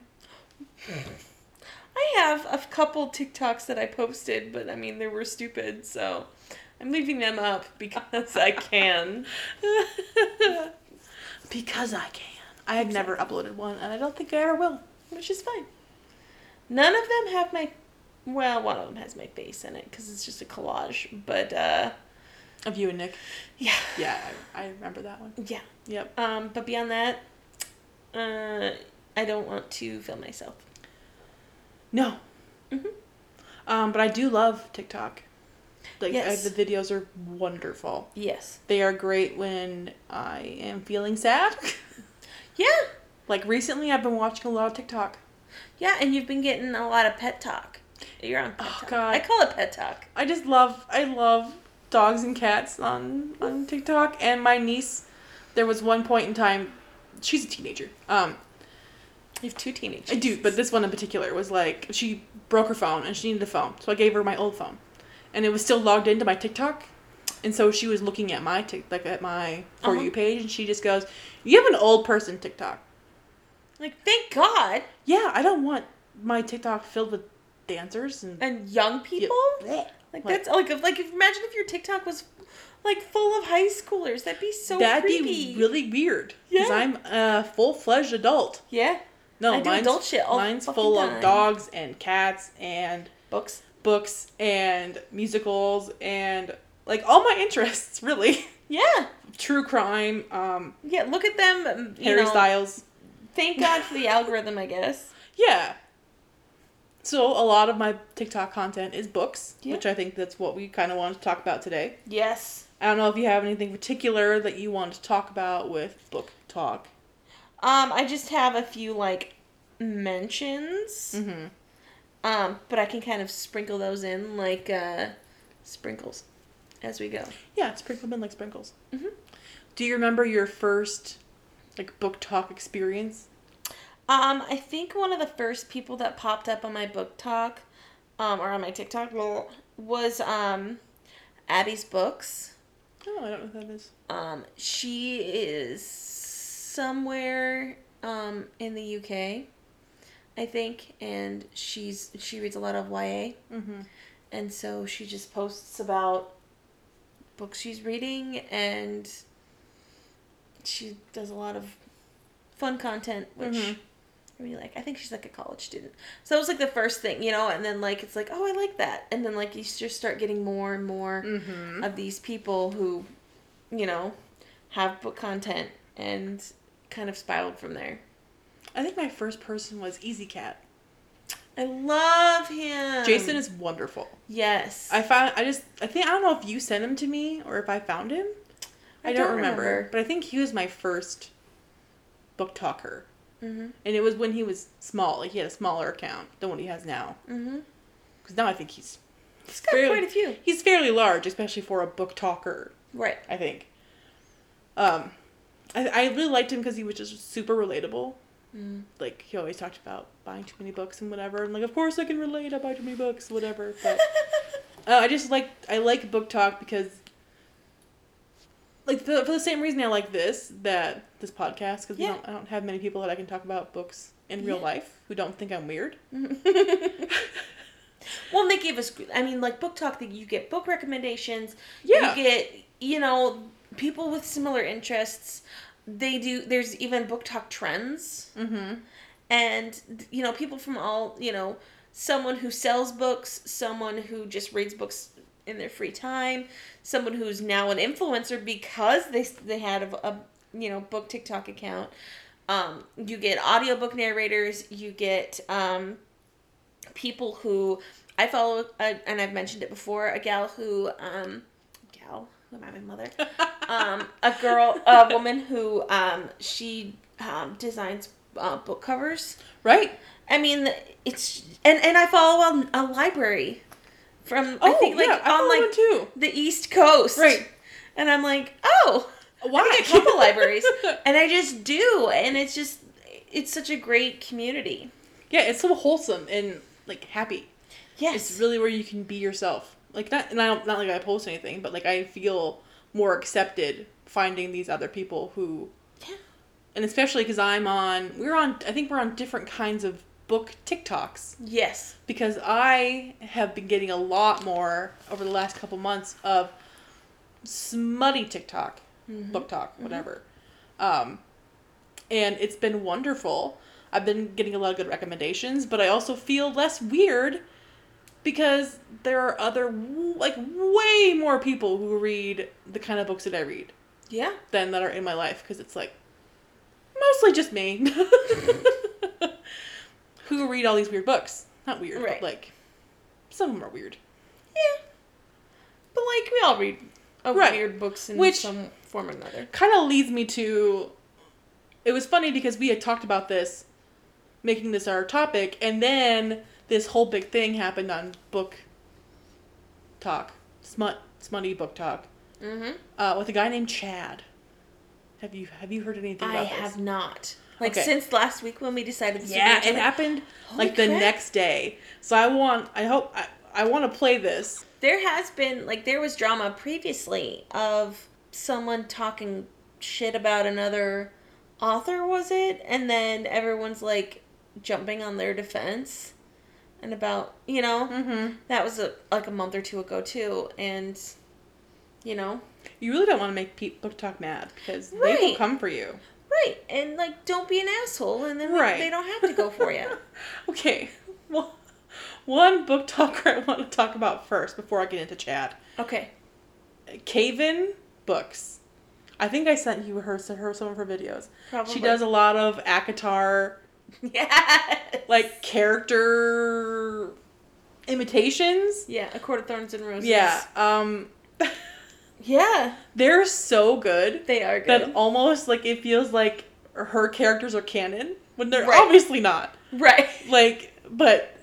I have a couple TikToks that I posted, but I mean they were stupid, so I'm leaving them up because I can.
because I can. I have never uploaded one, and I don't think I ever will.
which is fine. None of them have my. Well, one of them has my face in it because it's just a collage. But uh,
Of you and Nick.
yeah,
Yeah, I, I remember that one.
yeah.
Yep.
Um, but beyond that, uh, I don't want to film myself.
No. Mm-hmm.
Mhm.
Um, but I do love TikTok. Like, I-
Yes.
the videos are wonderful.
Yes.
They are great when I am feeling sad.
Yeah.
like, recently I've been watching a lot of TikTok.
Yeah, and you've been getting a lot of pet talk. You're on pet
Oh,
talk.
God.
I call it pet talk.
I just love I love dogs and cats on on TikTok and my niece there was one point in time she's a teenager. Um
You have two teenagers.
I do, but this one in particular was like she broke her phone and she needed a phone. So I gave her my old phone. And it was still logged into my TikTok. And so she was looking at my Tik like at my for
Uh-huh.
you page and she just goes, "You have an old person TikTok."
Like, thank God.
Yeah, I don't want my TikTok filled with dancers and
And young people.
Blech. Like-
Like, that's like if like if, imagine if your TikTok was like full of high schoolers. That'd be so
That'd
creepy.
be really weird. Because
Yeah.
I'm a full fledged adult.
yeah.
No,
I do
mine's,
adult shit all
mine's
fucking
full
time.
of dogs and cats and
Books.
books and musicals and like all my interests really
Yeah.
true crime um
Yeah, look at them. um, You
harry
know,
styles
Thank God for the algorithm, I guess.
yeah so a lot of my tiktok content is books
Yeah.
which i think that's what we kind of wanted to talk about today
Yes.
i don't know if you have anything particular that you want to talk about with book talk
Um, I just have a few like mentions.
mm-hmm.
Um, but I can kind of sprinkle those in like uh sprinkles as we go.
yeah sprinkle them in like sprinkles
Mhm.
do you remember your first like book talk experience
Um, I think one of the first people that popped up on my book talk, um, or on my TikTok blah, was um Abby's books.
oh i don't know what that is
Um, she is somewhere um in the UK, I think, and she's she reads a lot of YA.
mm-hmm.
and so she just posts about books she's reading and she does a lot of fun content which
Mhm.
i really like i think she's like a college student so it was like the first thing you know and then like it's like oh i like that and then like you just start getting more and more
Mm-hmm.
of these people who you know have book content and kind of spiraled from there
i think my first person was easy cat
i love him
jason is wonderful
yes
I found I just I think I don't know if you sent him to me or if I found him. I, don't, remember, but I think he was my first book talker,
mm-hmm
and it was when he was small. Like he had a smaller account than what he has now,
mm-hmm
because now I think he's
It's got
Fairly-
quite a few.
he's fairly large, especially for a book talker.
Right.
I think. Um, I I really liked him because he was just super relatable.
Mm.
Like he always talked about buying too many books and whatever, and like of course I can relate. I buy too many books, whatever. But Uh, I just like I like book talk because, like for, for the same reason I like this that this podcast because
Yeah.
don't I don't have many people that I can talk about books in real
Yeah.
life who don't think I'm weird.
well, and they gave us. I mean, like book talk. That you get book recommendations.
Yeah,
You get you know people with similar interests. They do. There's even book talk trends,
mm-hmm.
and you know people from all you know someone who sells books, someone who just reads books in their free time, someone who's now an influencer because they they had a, a you know book TikTok account. Um, you get audiobook narrators. You get um, people who I follow, uh, and I've mentioned it before. A gal who um, gal, who am I? My mother. Um, a girl, a woman who um, she um, designs uh, book covers.
right.
I mean, it's and and I follow a, a library from
Oh,
I think like
yeah, I
on
found
like
one too.
the East Coast,
Right.
And I'm like, oh,
Why
I think a couple libraries, and I just do, and it's just it's such a great community.
yeah, it's so wholesome and like happy.
Yes,
It's really where you can be yourself. Like not and I don't not like I post anything, but like I feel more accepted finding these other people who
Yeah.
and especially because I'm on, we're on, I think we're on different kinds of book TikToks
yes,
because I have been getting a lot more over the last couple months of smutty TikTok, book talk, whatever. Um, and it's been wonderful. I've been getting a lot of good recommendations, but I also feel less weird because there are other, w- like, way more people who read the kind of books that I read
yeah.
than that are in my life because it's like mostly just me who read all these weird books. Not weird,
Right.
but like some of them are weird.
Yeah. But like we all read uh,
Right.
weird books in
Which-
some form or another.
Kind of leads me to it was funny because we had talked about this, making this our topic, and then this whole big thing happened on book talk, smut, smutty book talk,
Mm-hmm.
uh, with a guy named Chad. Have you have you heard anything
I
about this?
have not. Like
Okay.
since last week when we decided. This
Yeah,
it
it happened
Holy
like the
crap.
next day. So I want, I hope, I, I want to play this.
There has been like there was drama previously of someone talking shit about another author, was it? And then everyone's like jumping on their defense and about you know
Mm-hmm.
that was a, like a month or two ago too, and you know
You really don't want to make Pete Book Talk mad because they will
Right.
come for you.
Right, and like, don't be an asshole, and then
Right.
they don't have to go for you.
Okay. Well, one book talker I want to talk about first before I get into Chad
okay.
Caven books. I think I sent you her her some of her videos.
Probably.
She does a lot of ACOTAR
Yes.
like character imitations.
Yeah, a court of thorns and roses.
Yeah. Um
Yeah.
they're so good
They are good.
that almost like it feels like her characters are canon when they're
Right.
obviously not.
right.
Like but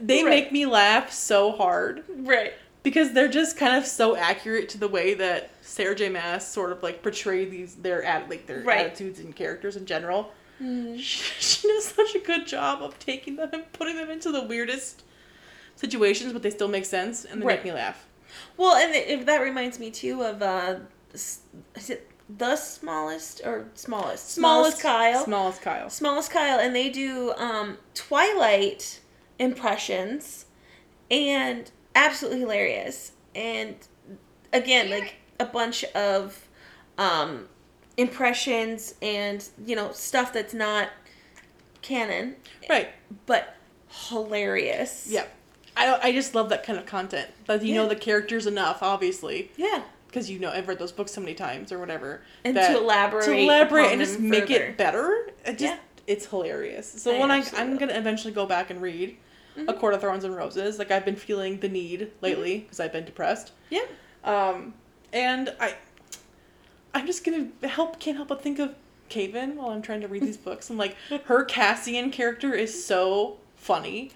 they
Right.
make me laugh so hard
Right.
because they're just kind of so accurate to the way that Sarah J Mass sort of like portray these their at like their
Right. Mm-hmm.
attitudes and characters in general. She, she does such a good job of taking them and putting them into the weirdest situations, but they still make sense and they
Right.
make me laugh.
Well, and it, it- that reminds me too of uh, s- is it the smallest or smallest smallest, Kyle
Smallest Kyle.
smallest Kyle, and they do um, Twilight impressions, and absolutely hilarious. And again, like a bunch of um, impressions and you know stuff that's not canon,
Right.
but hilarious.
Yeah. I don't- I just love that kind of content. That you know
Yeah.
the characters enough, obviously,
Yeah.
because you know I've read those books so many times or whatever.
And
that-
to elaborate,
to elaborate
upon
and just
them
make
further.
it better. It just
Yeah.
it's hilarious. So
I
when I
absolutely
I'm
love
gonna eventually go back and read A
Mhm.
Court of Thorns and Roses. Like I've been feeling the need lately
Mm-hmm.
because I've been depressed.
Yeah.
Um, and I I'm just gonna help can't help but think of Caven while I'm trying to read these books. And like her Cassian character is so funny.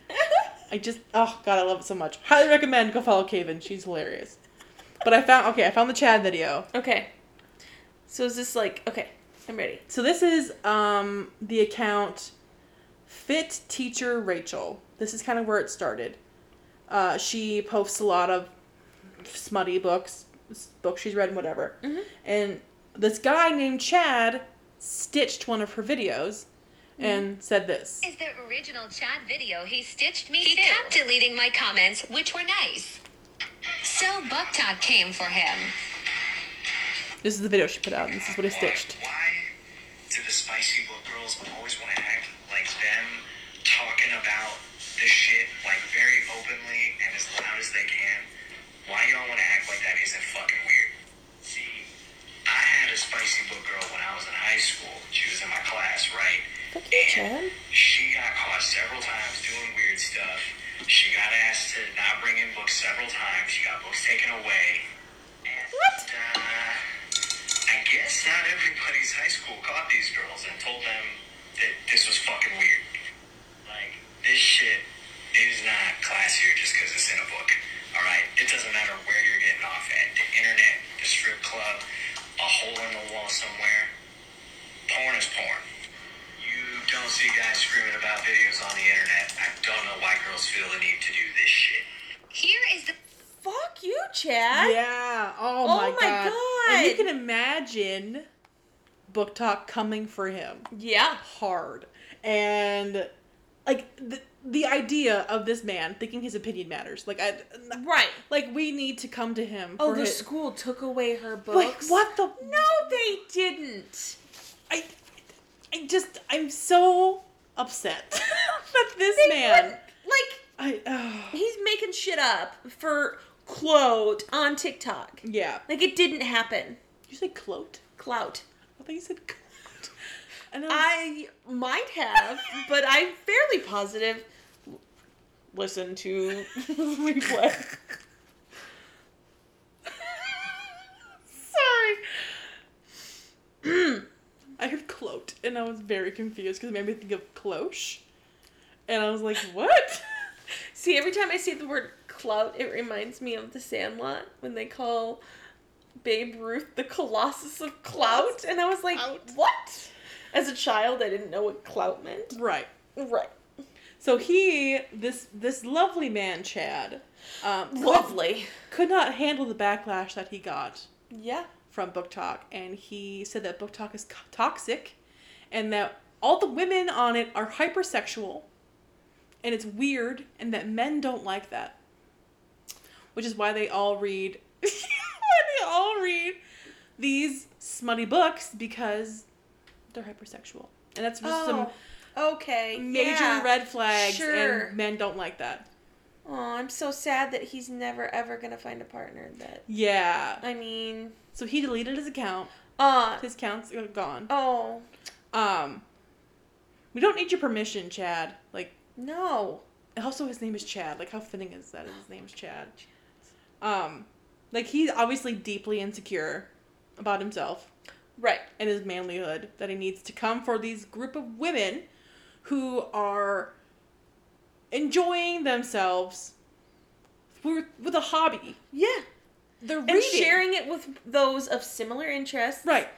I just oh god I love it so much. Highly recommend go follow Caven. She's hilarious. But I found okay I found the Chad video.
Okay. So is this like okay? I'm ready.
So this is um, the account Fit Teacher Rachel. This is kind of where it started. Uh, she posts a lot of smutty books, s- books she's read, and whatever.
Mhm.
And this guy named Chad stitched one of her videos and said this.
is the original chat video he stitched me he kept deleting my comments which were nice so bucktalk came for him
This is the video she put out. And this is what he stitched.
Why do the spicy little girls always want to act like them, talking about this shit like very openly and as loud as they can? Why y'all want to act like that isn't fucking weird? See, I had a spicy little girl when I was in high school. She was in my class, right? And she got caught several times doing weird stuff. She got asked to not bring in books several times. She got books taken away. And,
What?
Uh, I guess not everybody's high school caught these girls and told them that this was fucking weird. Like, this shit is not classier just because it's in a book. Alright? It doesn't matter where you're getting off at. The internet, the strip club, a hole in the wall somewhere. Porn is porn. You don't see guys screaming about videos on the internet. I don't know why girls feel the need to do this shit.
here is the
Fuck you, Chad.
Yeah. Oh,
Oh
my,
my
god. And you
God.
can imagine Book Talk coming for him.
Yeah.
hard and like the, the idea of this man thinking his opinion matters like i
Right.
like we need to come to him
Oh,
for
the
his-
school took away her
like
books.
what the
No, they didn't.
i i just i'm so upset that this
They
man
wouldn't- like
i oh,
he's making shit up for clout on TikTok.
yeah
Like it didn't happen.
you say clout
Clout.
i thought you said clout and
Oh.
I, was-
I might have, but I'm fairly positive. Listen to replay.
I heard clout and I was very confused because it made me think of cloche. And I was like, what?
See, every time I see the word clout, it reminds me of the Sandlot when they call Babe Ruth the Colossus of Clout. And I was like,
Clout.
what? As a child, I didn't know what clout meant.
right.
Right.
So he, this this lovely man, Chad, um, could-
Lovely.
could not handle the backlash that he got
Yeah.
from Book Talk, and he said that Book Talk is co- toxic, and that all the women on it are hypersexual, and it's weird, and that men don't like that, which is why they all read, why they all read these smutty books because they're hypersexual, and that's just some
okay.
major red flags,
Oh, Sure.
and men don't like that.
Oh, I'm so sad that he's never ever gonna find a partner. That
Yeah.
I mean,
So he deleted his account.
uh,
His account's gone.
oh
Um, we don't need your permission, Chad. Like,
no,
also his name is Chad. Like, how fitting is that? His name's Chad. Um, like he's obviously deeply insecure about himself
right?
and his manlyhood that he needs to come for these group of women who are enjoying themselves with, with a hobby.
Yeah,
They're
and
reading.
sharing it with those of similar interests.
Right.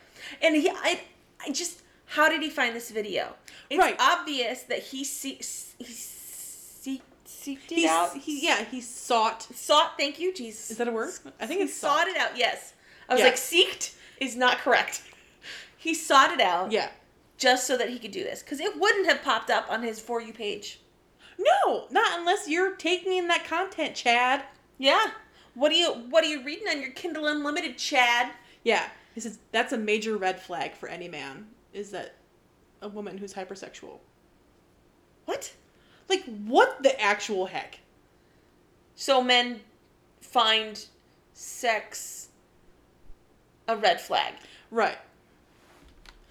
And he, I, I just, how did he find this video? It's
Right.
obvious that he see, he see, seeked it
He's,
out.
he, yeah, he sought.
sought. Thank you, Jesus.
Is that a word? I think
he
it's
sought it out. Yes, I was
Yeah.
like, seeked is not correct. He sought it out.
Yeah.
just so that he could do this because it wouldn't have popped up on his for you page
No, not unless you're taking in that content, Chad.
yeah what are you what are you reading on your kindle unlimited chad
Yeah, he says that's a major red flag for any man. Is that a woman who's hypersexual?
what
Like, what the actual heck?
so men find sex a red flag
Right.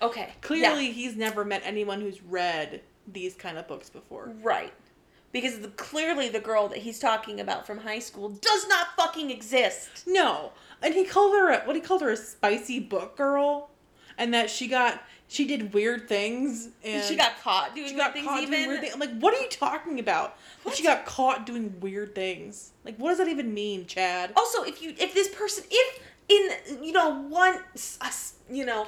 okay
Clearly, he's never met anyone who's read these kind of books before.
yeah, right because the, clearly the girl that he's talking about from high school does not fucking exist
No, and he called her a, what he called her a spicy book girl, and that she got she did weird things and
she got caught doing
she
weird
got
things
caught
even
doing weird things. I'm like, what are you talking about? That She got caught doing weird things. Like, what does that even mean, Chad?
also if you if this person if in you know one s- us you know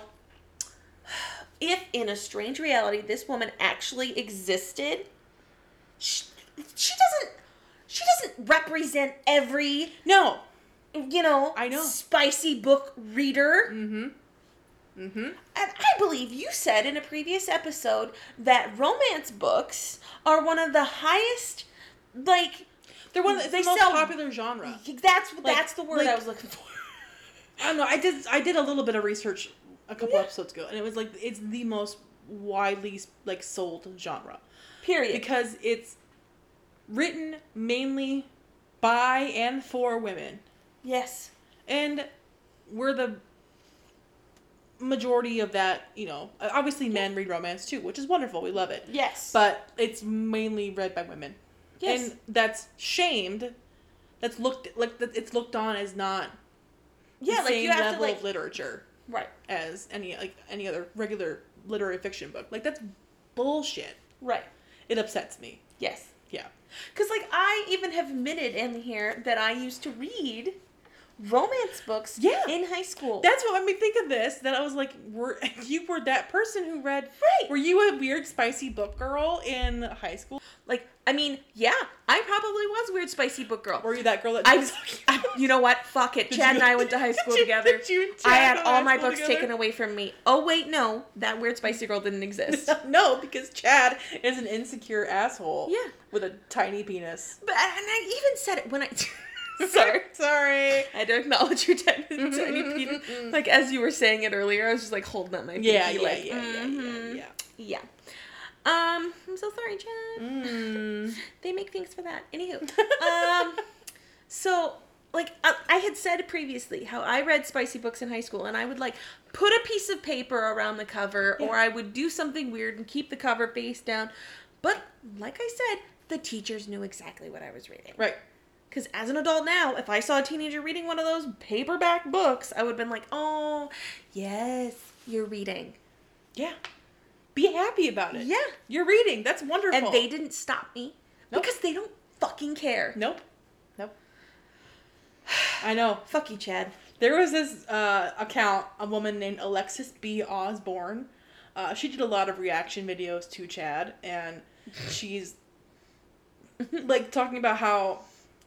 if in a strange reality this woman actually existed she, she doesn't she doesn't represent every
No.
you know
I know.
spicy book reader
Mm-hmm. Mm-hmm.
and i believe you said in a previous episode that romance books are one of the highest like
They're one. Of the,
They
they the most
sell-
popular genre.
that's
Like-
that's the word i
like-
was looking for
I don't know. I did. I did a little bit of research a couple
Yeah.
episodes ago, and it was like it's the most widely like sold genre
period
because it's written mainly by and for women,
yes
and we're the majority of that. You know, obviously men read romance too, which is wonderful. We love it,
yes
but it's mainly read by women. and that's shamed. That's looked like that. It's looked on as not
yeah,
the
like
same
you have
level
to like
of literature
right,
as any like any other regular literary fiction book. Like that's bullshit.
right,
It upsets me.
yes.
Yeah.
Because like I even have admitted in here that I used to read romance books
Yeah.
in high school.
That's what made me think of this. That I was like, were you were that person who read?
Right.
Were you a weird spicy book girl in high school?
like I mean, yeah, I probably was weird spicy book girl.
Were you that girl that?
I, I you know what? Fuck it.
Did
Chad
you-
and I went to high
did
school
you-
together.
did you and
I
Chad
had
go to
all
high
my
school
books
together?
taken away from me. Oh wait, no, that weird spicy girl didn't exist.
no, because Chad is an insecure asshole.
Yeah.
With a tiny penis.
But and I even said it when I sorry.
Sorry.
I had to acknowledge your tiny, tiny
Mhm,
penis.
mhm.
Like as you were saying it earlier, I was just like holding up my pinky,
Yeah. Yeah.
like,
Yeah. Yeah. Yeah.
mhm.
yeah.
Yeah. Um, I'm so sorry, Chad.
Mm.
They make things for that. Anywho, um, so like I, I had said previously, how I read spicy books in high school, and I would like put a piece of paper around the cover, or
Yeah.
I would do something weird and keep the cover face down. But like I said, the teachers knew exactly what I was reading.
Right.
Because as an adult now, if I saw a teenager reading one of those paperback books, I would have been like, oh, yes, you're reading.
Yeah. Be happy about it.
Yeah.
You're reading. That's wonderful.
And they didn't stop me
Nope.
because they don't fucking care.
Nope. Nope. I know.
Fuck you, Chad.
There was this uh, account, a woman named Alexis B. Osborne. Uh, she did a lot of reaction videos to Chad, and she's like talking about how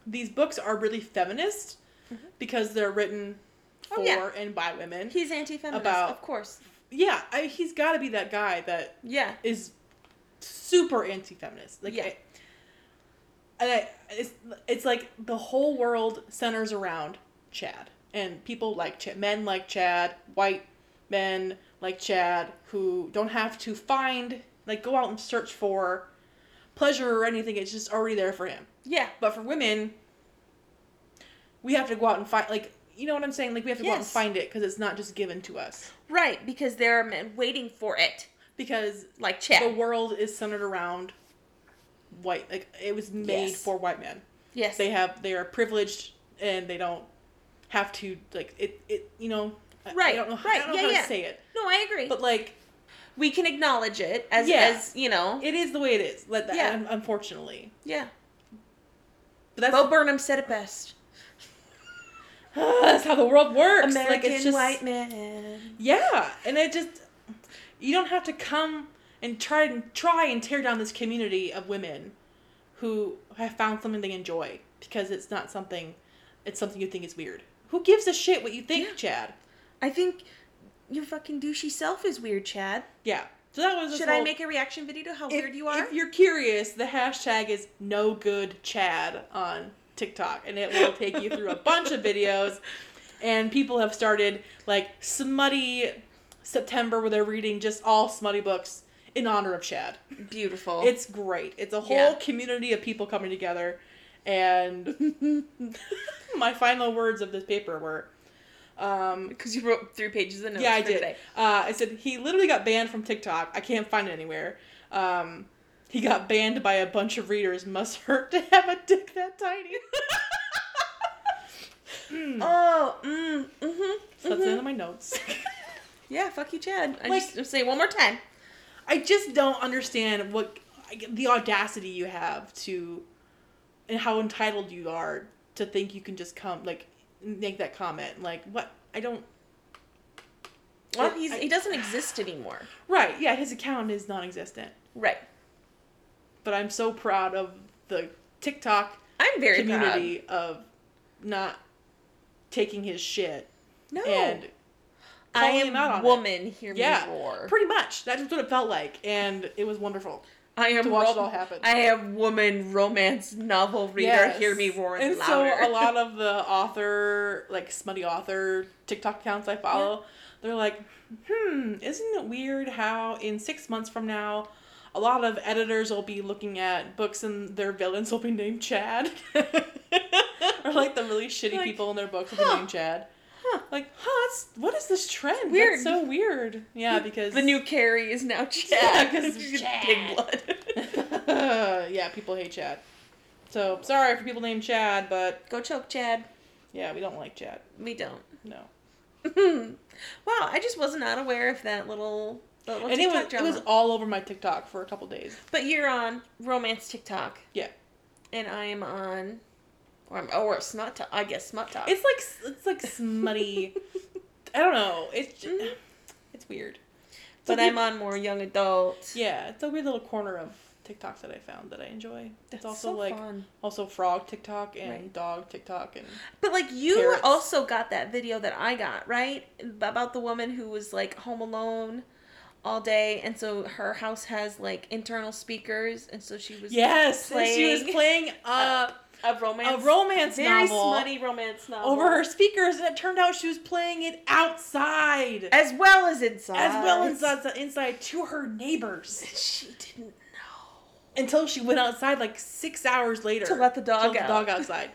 these books are really feminist because they're written for
Mm-hmm. Oh, yeah.
and by women.
He's anti feminist,
About-
of course.
yeah, I, he's got to be that guy that
Yeah.
is super anti-feminist. Like,
Yeah.
I- and I, it's it's like the whole world centers around Chad, and people like Chad, men like Chad, white men like Chad, who don't have to find like go out and search for pleasure or anything. It's just already there for him.
Yeah.
But for women, we have to go out and find, like, you know what I'm saying? Like, we have to go out and
Yes.
find it because it's not just given to us.
Right, because there are men waiting for it.
Because
Like Chad.
the world is centered around white, like, it was made
Yes.
for white men.
yes.
They have, they are privileged and they don't have to, like, it, it you know, I-
Right,
I don't know,
right,
I don't know
yeah,
how
yeah.
to say it.
no, I agree.
But, like,
we can acknowledge it as
Yeah.
as you know.
it is the way it is. Let that,
Yeah.
un- unfortunately.
yeah.
But that's,
Bo Burnham said it best.
that's how the world works.
American
like, it's just,
white man.
Yeah, and it just you don't have to come and try and try and tear down this community of women who have found something they enjoy because it's not something it's something you think is weird. Who gives a shit what you think,
Yeah.
Chad?
I think your fucking douchey self is weird, Chad.
Yeah. So that was this
Should I
whole-
make a reaction video to how
if,
weird you are?
If you're curious, the hashtag is no good Chad on TikTok, and it will take you through a bunch of videos. And people have started like smutty September, where they're reading just all smutty books in honor of Chad.
Beautiful.
It's great. It's a whole
Oh. Yeah.
community of people coming together. And my final words of this paper were, um,
because you wrote three pages of notes.
yeah, I
for
did.
today.
Uh, I said he literally got banned from TikTok. I can't find it anywhere. Um, he got banned by a bunch of readers. Must hurt to have a dick that tiny.
Oh, mm, mm-hmm.
so that's the end of my notes.
Yeah, fuck you, Chad. I
Like-
just I'm saying one more time.
I just don't understand what the audacity you have to, and how entitled you are to think you can just come like make that comment. Like what? I don't.
Well,
It-
he's,
I-
he doesn't exist anymore.
Right? Yeah, his account is non-existent.
Right.
But I'm so proud of the TikTok
I'm very
community of not taking his shit
proud. No.
and
I
calling
am
him out on it.
woman. Hear
yeah
me roar.
pretty much that's just what it felt like and it was wonderful
I am
to watch it
rom-
all happen.
I am woman romance novel reader. Hear me roar
and
louder.
so a lot of the author like smutty author tiktok accounts i follow they're like hmm isn't it weird how in six months from now a lot of editors will be looking at books and their villains will be named chad or like the really shitty
Like,
people in their books will be
huh.
named chad
Huh.
like huh that's, what is this trend
Weird.
that's so weird yeah because
the new Carrie is now Chad.
Yeah, 'cause
She's
Chad.
Big blood.
yeah people hate chad so sorry for people named chad but
Go choke Chad.
yeah we don't like chad
We don't.
no
wow, I just was not aware of that little that little
and it
TikTok
was
drama.
it was all over my TikTok for a couple days.
but you're on romance TikTok,
Yeah,
and I am on, or I'm or smut. Talk, I guess smut talk.
it's like s- it's like smutty. I don't know. It's ju- it's weird. It's
but
a weird-
I'm on more young adult.
Yeah, it's a weird little corner of TikToks that I found that I enjoy. It's
That's
also
so
like
fun.
also frog TikTok and
Right.
dog TikTok and
But like you
Carrots.
also got that video that I got right about the woman who was like home alone all day, and so her house has like internal speakers, and so she was
yes, and she was
playing-
playing uh,
a romance
a romance
very
novel
smutty romance novel
uh, over her speakers, and it turned out she was playing it outside
as well as inside
as well as inside, inside to her neighbors.
She didn't know.
until she went outside like six hours later
To let the dog
to let
out.
dog outside,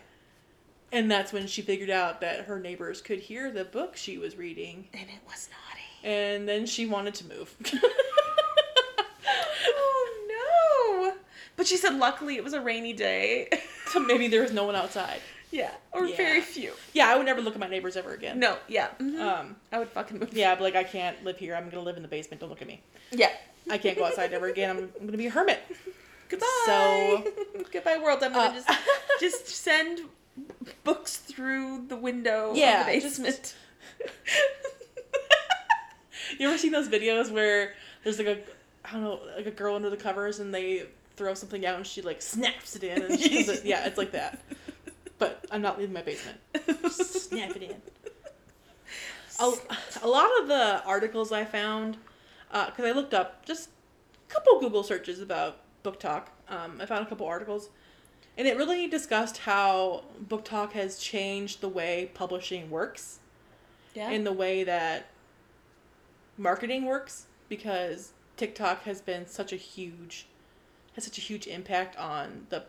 and that's when she figured out that her neighbors could hear the book she was reading,
And it was naughty.
and then she wanted to move.
oh no. But she said luckily it was a rainy day.
so maybe there was no one outside.
yeah. Or
Yeah.
very few.
Yeah, I would never look at my neighbors ever again.
No, yeah. mhm.
Um.
I would fucking move.
Yeah, but like I can't live here. I'm gonna live in the basement. Don't look at me.
Yeah.
I can't go outside ever again. I'm, I'm gonna be a hermit.
Goodbye.
So-
goodbye world. I'm gonna
Uh,
just just send books through the window
Yeah,
of the
just-
basement.
You ever seen those videos where there's like a I don't know like a girl under the covers and they throw something out and she like snaps it in and she does it. yeah it's like that. But I'm not leaving my basement. Snap it in. A, a lot of the articles I found because I looked up just a couple Google searches about book talk. Um, I found a couple articles. And it really discussed how book talk has changed the way publishing works
Yeah.
in the way that marketing works because TikTok has been such a huge has such a huge impact on the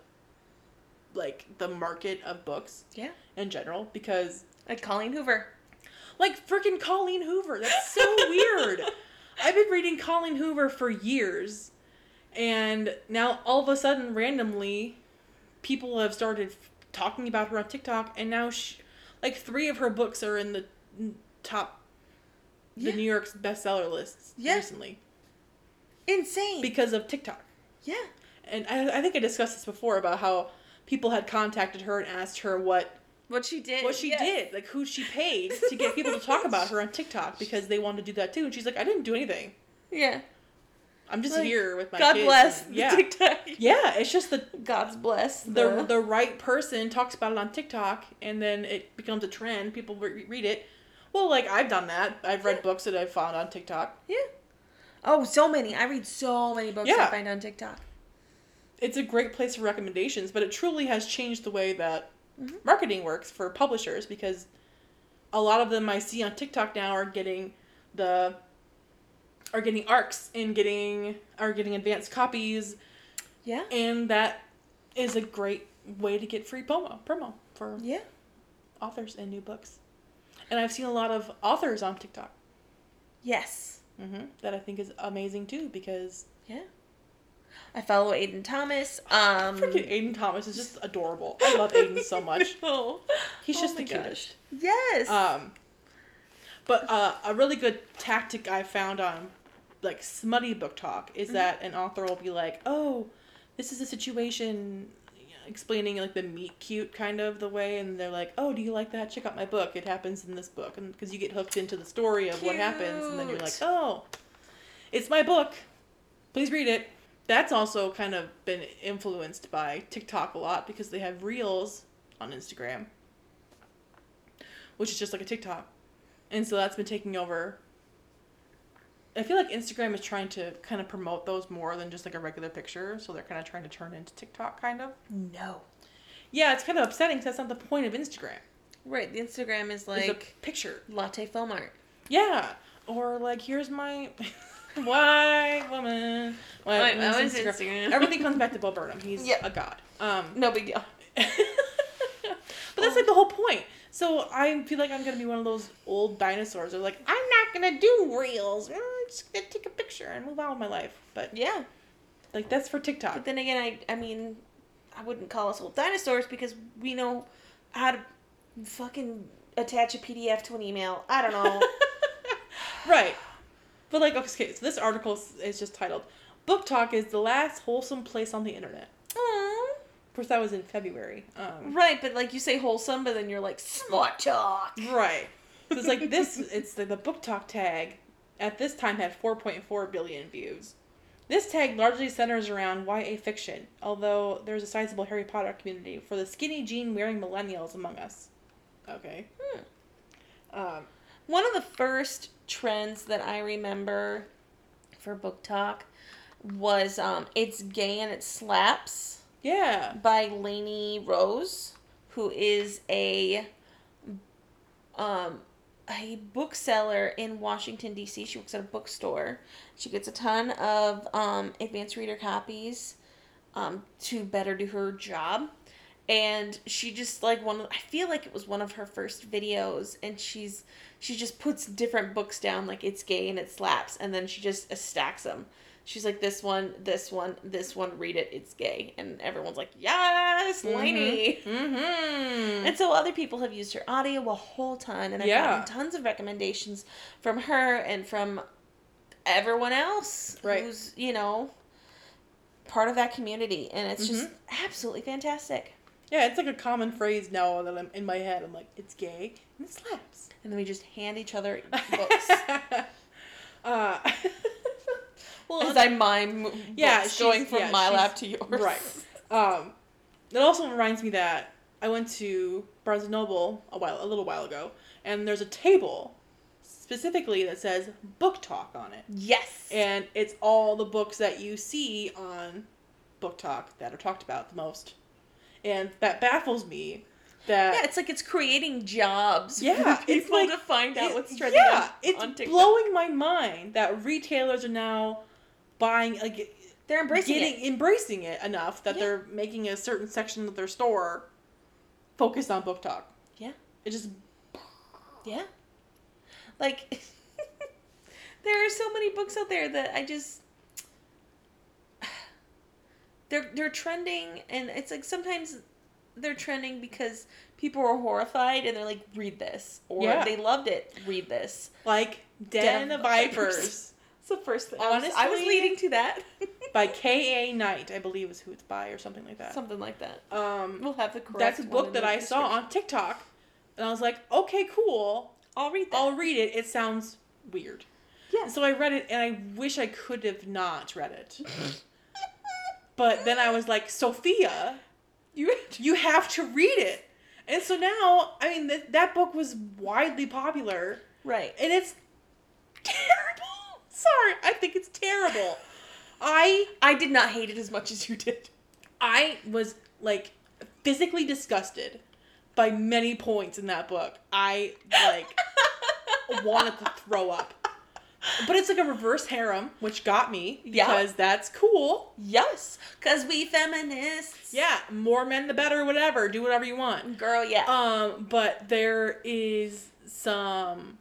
like the market of books
Yeah.
in general because
Like Colleen Hoover.
like freaking Colleen Hoover. That's so weird. I've been reading Colleen Hoover for years, and now all of a sudden, randomly, people have started f- talking about her on TikTok, and now she, like three of her books are in the n- top,
Yeah.
the New York's bestseller lists
Yeah.
recently
Insane.
because of TikTok.
yeah.
And I, I think I discussed this before about how people had contacted her and asked her what
What she did.
what she
yes.
did, like who she paid to get people to talk about her on TikTok because they wanted to do that too. And she's like, I didn't do anything.
Yeah.
I'm just
Like,
here with my
God
kids."
bless
And-
the
yeah,
TikTok.
yeah. It's just the
God's bless
the the right person talks about it on TikTok, and then it becomes a trend. People re- read it. Well, like I've done that. I've read books that I've found on TikTok.
yeah. Oh, so many. I read so many books
Yeah.
I find on TikTok.
It's a great place for recommendations, but it truly has changed the way that
Mm-hmm.
marketing works for publishers because a lot of them I see on TikTok now are getting the are getting arcs and getting are getting advanced copies
Yeah.
and that is a great way to get free promo promo for
Yeah.
authors and new books. And I've seen a lot of authors on TikTok
Yes.
hmm that I think is amazing too because
Yeah. I follow Aiden Thomas. Um
freaking Aiden Thomas is just adorable. I love Aiden so much.
No.
He's
Oh
just
my
the
gosh.
cutest.
Yes.
Um, but uh, a really good tactic I found on like smutty book talk is that an author will be like, "Oh, this is a situation," you know, explaining like the meet cute kind of the way, and they're like, "Oh, do you like that? Check out my book. It happens in this book," and because you get hooked into the story of what happens, and then you're like,
Cute.
"Oh, it's my book. Please read it." That's also kind of been influenced by TikTok a lot because they have reels on Instagram which is just like a TikTok. And so that's been taking over. I feel like Instagram is trying to kind of promote those more than just like a regular picture. So they're kind of trying to turn into TikTok, kind of.
no.
Yeah, it's kind of upsetting 'cause that's not the point of Instagram.
Right. The Instagram is
It's
like
a picture.
latte foam art.
Yeah. Or like, here's my white woman. White
White
woman's
woman's Instagram.
Everything comes back to Bo Burnham. He's
Yeah.
a god. Um,
No big deal.
but that's like the whole point. So I feel like I'm gonna be one of those old dinosaurs. They're like, I'm not gonna do reels. Mm, I'm just gonna take a picture and move on with my life. But
Yeah.
like that's for
But
TikTok.
then again, I I mean, I wouldn't call us old dinosaurs because we know how to fucking attach a PDF to an email. I don't know.
right. But like, okay, so this article s- is just titled "Book Talk is the last wholesome place on the internet."
Aw.
Of course, that was in February. Um,
Right, but like you say wholesome, but then you're like smart talk.
right. So it's like this. It's the, the book talk tag. At this time, had 4.4 billion views. This tag largely centers around YA fiction, although there's a sizable Harry Potter community for the skinny jean wearing millennials among us. Okay. Um,
One of the first trends that I remember for book talk was um, "It's Gay and It Slaps"
yeah.
by Lainey Rose, who is a um a bookseller in Washington D.C. She works at a bookstore. She gets a ton of um, advanced reader copies um, to better do her job, and she just like one. Of, I feel like it was one of her first videos, and she's she just puts different books down like it's gay and it slaps, and then she just stacks them. She's like this one, this one, this one. Read it. It's gay, and everyone's like, yes, Lainey.
Mm-hmm.
And so other people have used her audio a whole ton, and I've
Yeah.
gotten tons of recommendations from her and from everyone else
Right.
who's you know part of that community, and it's just
Mm-hmm.
absolutely fantastic.
Yeah, it's like a common phrase now that I'm in my head. I'm like, it's gay and it slaps.
And then we just hand each other books
uh, well,
as I mime
Yeah,
yeah, books
she's-
going from
yeah,
my
she's-
lap to yours.
Right. Um, it also reminds me that I went to Barnes and Noble a while, a little while ago, and there's a table specifically that says book talk on it,
Yes.
and it's all the books that you see on book talk that are talked about the most, and that baffles me. That
Yeah, it's like it's creating jobs
Yeah,
for
it's
people
like-
to find out
it-
what's trending
yeah,
on,
it's
on TikTok.
blowing my mind that retailers are now buying like
They're embracing
getting
it.
embracing it enough that
Yeah.
they're making a certain section of their store focused on book talk.
Yeah.
It just
Yeah. Like there are so many books out there that I just they're they're trending and it's like sometimes they're trending because people are horrified and they're like read this or
Yeah.
they loved it read this.
like Den,
Den
of
of
Vipers
It's the first thing.
I was, I was
Honestly-
leading to that.
by K. A. Knight, I believe is who it's by or something like that.
Something like that.
um
We'll have the correct
that's a
one in
book that
the
I saw
description.
on TikTok and I was like, okay, cool.
I'll read that.
I'll read it. It sounds weird.
Yeah.
And so I read it and I wish I could have not read it. but then I was like, Sophia,
you
you have to read it. And so now, I mean, th- that book was widely popular
right.
and it's terrible. Sorry, I think it's terrible. I
I did not hate it as much as you did.
I was like physically disgusted by many points in that book. I like wanted to throw up. But it's like a reverse harem, which got me
Yeah.
because that's cool.
Yes, cuz we feminists.
Yeah, more men the better, whatever. Do whatever you want.
Girl, yeah.
Um, but there is some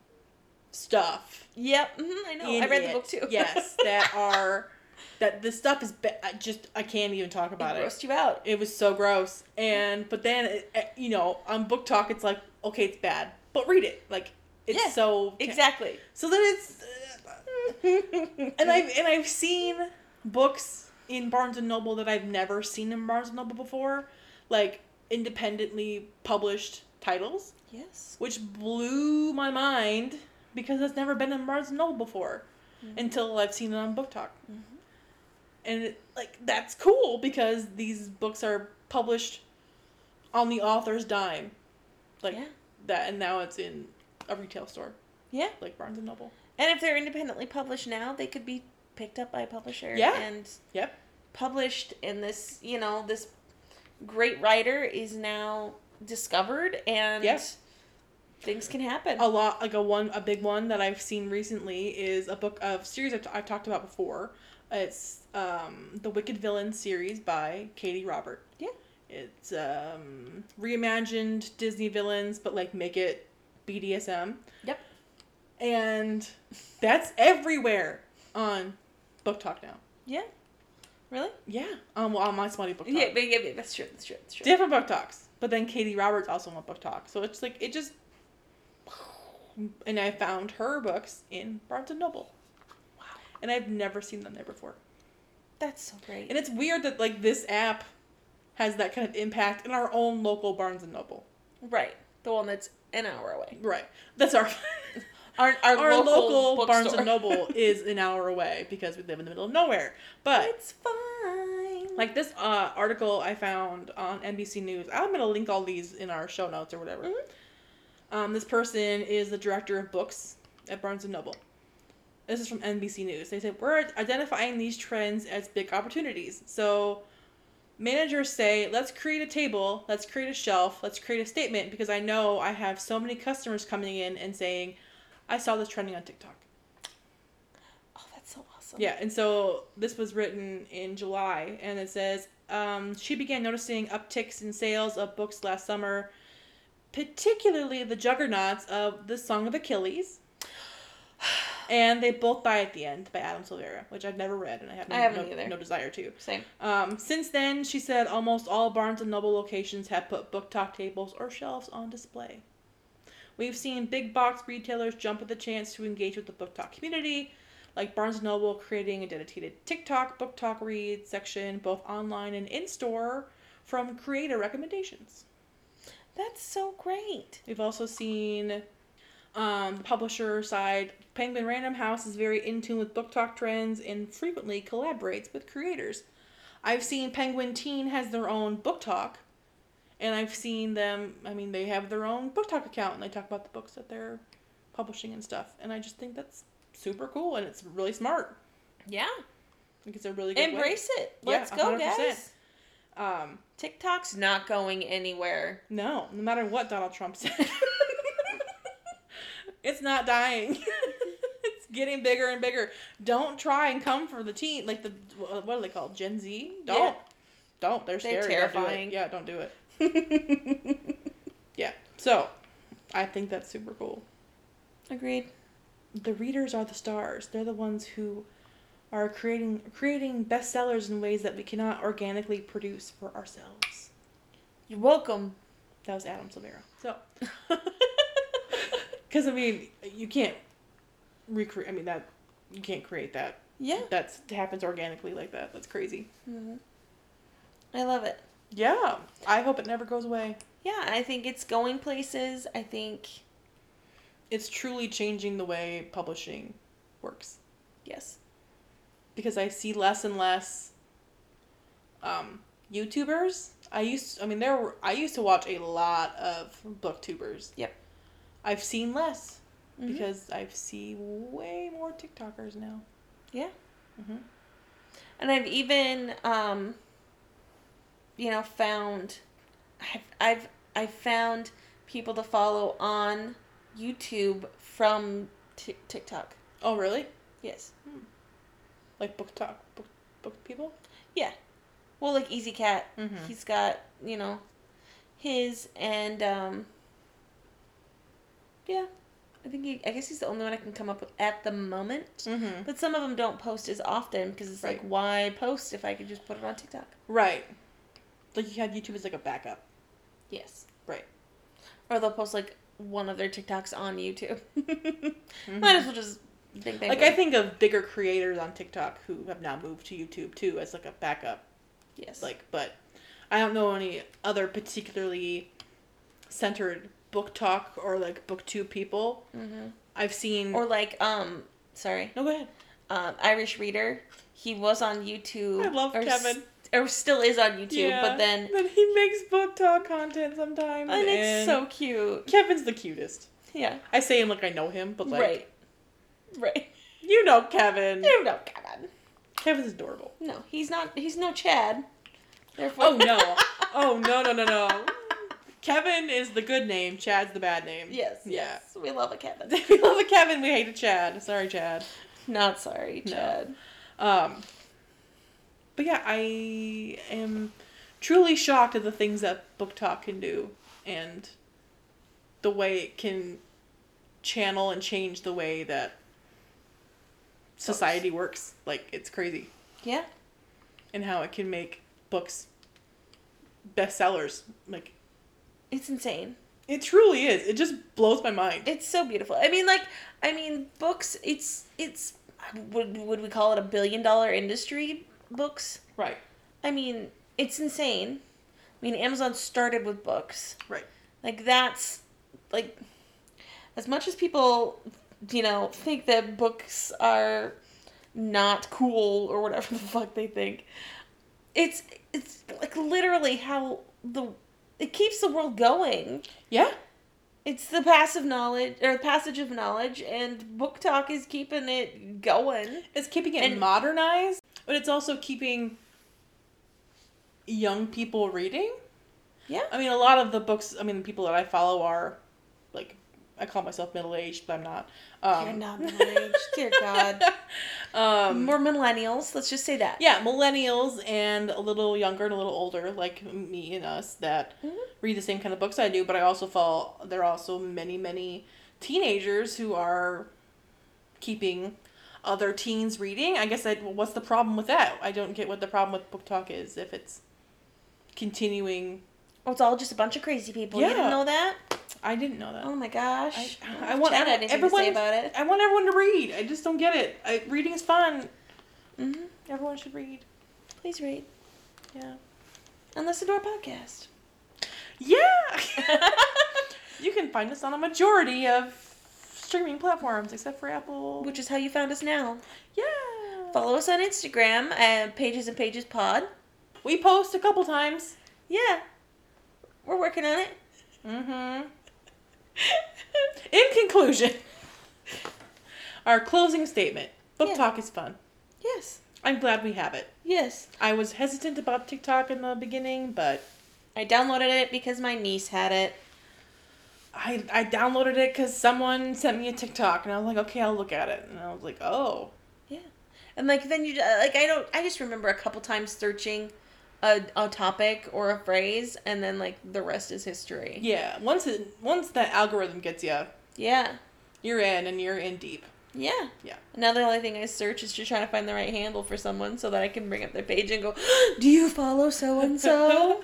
stuff
Yep, mhm, I know. I
in
read the
it,
book too.
yes, that are that the stuff is ba- I just I can't even talk
it
about it.
grossed you out.
It was so gross. And but then it, it- you know on book talk it's like okay it's bad, but read it like it's
Yeah,
so
Exactly.
So then it's uh, and I've and I've seen books in Barnes and Noble that I've never seen in Barnes and Noble before, like independently published titles,
yes.
which blew my mind because that's never been in Barnes and Noble before, until I've seen it on Book Talk, and it, like that's cool because these books are published on the author's dime, like
Yeah.
that, and now it's in a retail store
Yeah.
like Barnes and Noble.
And if they're independently published now, they could be picked up by a publisher
Yeah.
and
Yep.
published and this, you know, this great writer is now discovered and
Yeah.
things can happen.
a lot like a one a big one that I've seen recently is a book of series I've, I've talked about before. It's um, the Wicked Villain series by Katie Robert.
Yeah.
It's um, reimagined Disney villains, but like make it BDSM.
Yep.
And that's everywhere on Book Talk now.
Yeah. Really?
Yeah. Um, well, on my smutty Book Talk.
Yeah, but yeah, but that's true. That's true. That's true.
Different Book Talks. But then Katie Roberts also on Book Talk. So it's like, it just. And I found her books in Barnes and Noble. Wow. And I've never seen them there before.
That's so great.
And it's weird that, like, this app has that kind of impact in our own local Barnes and Noble.
right. The one that's an hour away.
Right. That's our.
Our, our,
Our
local,
local, Barnes
bookstore.
and Noble is an hour away because we live in the middle of nowhere. But
It's fine.
like this uh, article I found on NBC News. I'm gonna link all these in our show notes or whatever.
Mhm.
Um, this person is the director of books at Barnes and Noble. This is from NBC News. They said we're identifying these trends as big opportunities. So managers say, let's create a table, let's create a shelf, let's create a statement because I know I have so many customers coming in and saying, I saw this trending on TikTok.
oh, that's so awesome.
Yeah, and so this was written in July, and it says um, she began noticing upticks in sales of books last summer, particularly the juggernauts of The Song of Achilles. And they both die at the end by Adam Silvera, which I've never read and I have no,
I haven't
no,
either.
no desire to.
Same.
Um, since then, she said almost all Barnes and Noble locations have put book talk tables or shelves on display. We've seen big box retailers jump at the chance to engage with the book talk community, like Barnes and Noble creating a dedicated TikTok book talk read section, both online and in store, from creator recommendations.
That's so great.
We've also seen um, the publisher side. Penguin Random House is very in tune with book talk trends and frequently collaborates with creators. I've seen Penguin Teen has their own book talk, and I've seen them. I mean, they have their own book talk account and they talk about the books that they're publishing and stuff. And I just think that's super cool and it's really smart.
Yeah.
I think it's a really good way.
Embrace it.
Yeah,
Let's
100%.
go, guys.
Um,
TikTok's not going anywhere.
no, no matter what Donald Trump said, it's not dying. it's getting bigger and bigger. Don't try and come for the teen, like the what are they called, Gen Z? Don't,
Yeah.
don't. They're
They're
scary. Don't do it.
terrifying.
Yeah, don't do it. Yeah. So, I think that's super cool.
Agreed.
The readers are the stars. They're the ones who are creating creating bestsellers in ways that we cannot organically produce for ourselves.
You're welcome.
That was Adam Silvera. So, because I mean, you can't recreate. I mean that you can't create that.
Yeah.
That's happens organically like that. That's crazy.
hmm I love it.
Yeah, I hope it never goes away.
Yeah, I think it's going places. I think
It's truly changing the way publishing works
yes.
because I see less and less um, YouTubers. I used. I mean, there. Were, I used to watch a lot of booktubers.
Yep.
I've seen less
Mhm.
because I see way more TikTokers now.
Yeah.
Mhm.
And I've even, um, you know, found, I've, I've, I've found people to follow on YouTube from Tik TikTok.
Oh, really?
Yes.
like book talk book, book people
Well, like Easy Cat,
Mhm.
he's got you know, his and um. Yeah, I think he, I guess he's the only one I can come up with at the moment.
mm-hmm.
But some of them don't post as often because it's
Right.
like, why post if I could just put it on TikTok?
right like you have youtube as like a backup
Yes.
Right.
Or they'll post like one of their TikToks on YouTube. Might as well just think they
Mm-hmm. like i think of bigger creators on tiktok who have now moved to youtube too as like a backup
yes.
like but i don't know any other particularly centered book talk or like booktube people
hmm
i've seen
or like um sorry
no go ahead
um Irish reader. He was on YouTube.
I love
or s-
Kevin.
or still is on YouTube, but then Oh,
but he makes book talk content sometimes
and it's so cute.
kevin's the cutest
Yeah.
i say him like i know him but like
right. Right.
you know kevin
You know, Kevin.
kevin's adorable
No, he's not. He's no Chad. Therefore.
Oh no. Oh no no no no. Kevin is the good name, Chad's the bad name.
Yes.
Yeah.
Yes. We love a Kevin.
we love a Kevin, we hate a Chad. Sorry, Chad.
Not sorry,
No.
Chad.
Um But yeah, I am truly shocked at the things that Book Talk can do and the way it can channel and change the way that society works. Like it's crazy.
Yeah.
And how it can make books bestsellers. Like
It's insane.
It truly is. It just blows my mind.
It's so beautiful. I mean, like, I mean, books. It's it's would would we call it a billion dollar industry? Books.
right.
I mean, it's insane. I mean, Amazon started with books.
Right.
Like that's like as much as people, you know, think that books are not cool or whatever the fuck they think. It's it's like literally how the it keeps the world going.
Yeah.
It's the passive knowledge or passage of knowledge, and book talk is keeping it going.
It's keeping it
And-
modernized, but it's also keeping young people reading.
Yeah.
I mean, a lot of the books, I mean, the people that I follow are like, I call myself middle aged, but I'm not. Um,
You're not middle-aged, dear God.
Um,
More millennials. Let's just say that.
yeah, millennials and a little younger and a little older, like me and us, that
Mhm.
read the same kind of books I do. But I also fall. There are also many, many teenagers who are keeping other teens reading. I guess I. What's the problem with that? I don't get what the problem with book talk is if it's continuing.
Oh, it's all just a bunch of crazy people. You
Yeah.
didn't know that?
I didn't know that.
Oh my gosh.
I,
don't
I
know if
want
Chad had
everyone.
anything to say about it.
I want everyone to read. I just don't get it. I, reading is fun.
Mm-hmm.
Everyone should read.
Please read
Yeah.
and listen to our podcast.
Yeah. you can find us on a majority of streaming platforms except for Apple.
Which is how you found us now.
yeah.
Follow us on Instagram at Pages and Pages Pod.
We post a couple times.
Yeah. We're working on it.
Mm-hmm. In conclusion, our closing statement. Book
Yeah.
talk is fun.
Yes.
I'm glad we have it.
Yes.
I was hesitant about TikTok in the beginning, but
I downloaded it because my niece had it.
I, I downloaded it because someone sent me a TikTok and I was like, okay, I'll look at it. And I was like, oh.
And like then you uh, like I don't I just remember a couple times searching a, a topic or a phrase and then like the rest is history.
Yeah, once it, once that algorithm gets you,
Yeah.
you're in and you're in deep.
Yeah.
Yeah.
Now the only thing I search is just trying to find the right handle for someone so that I can bring up their page and go, "Do you follow so and so?"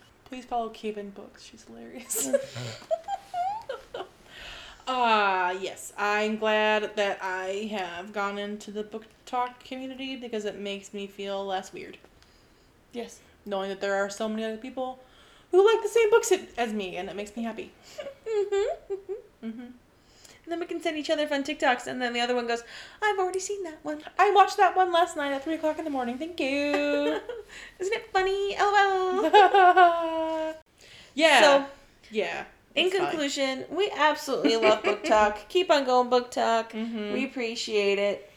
Please follow Kaven Books. She's hilarious. Ah, yes. I'm glad that I have gone into the book talk community because it makes me feel less weird.
Yes.
Knowing that there are so many other people who like the same books as me, and it makes me happy.
Mm-hmm.
hmm
And then we can send each other fun TikToks, and then the other one goes, "I've already seen that one."
I watched that one last night at 3 o'clock in the morning. Thank you.
Isn't it funny? LOL.
yeah.
So
yeah.
in
it's fine.
conclusion, we absolutely love Book Talk. Keep on going, Book Talk.
Mhm.
We appreciate it.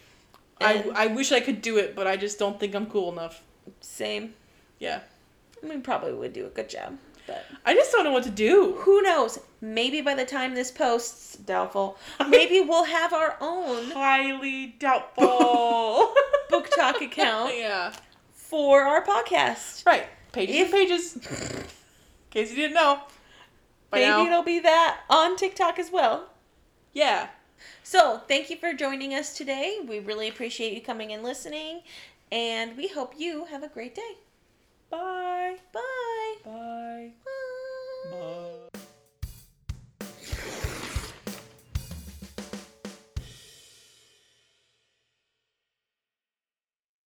I,
And
I wish I could do it, but I just don't think I'm cool enough.
same.
Yeah.
We probably would do a good job, but
I just don't know what to do.
who knows? Maybe by the time this posts, doubtful. Maybe we'll have our own
Highly doubtful.
Book Talk account
yeah.
for our podcast.
Right. Pages and
If-
pages. In case you didn't know. By
Maybe
now.
it'll be that on TikTok as well.
Yeah.
So, thank you for joining us today. We really appreciate you coming and listening, and we hope you have a great day.
Bye.
Bye.
Bye.
Bye.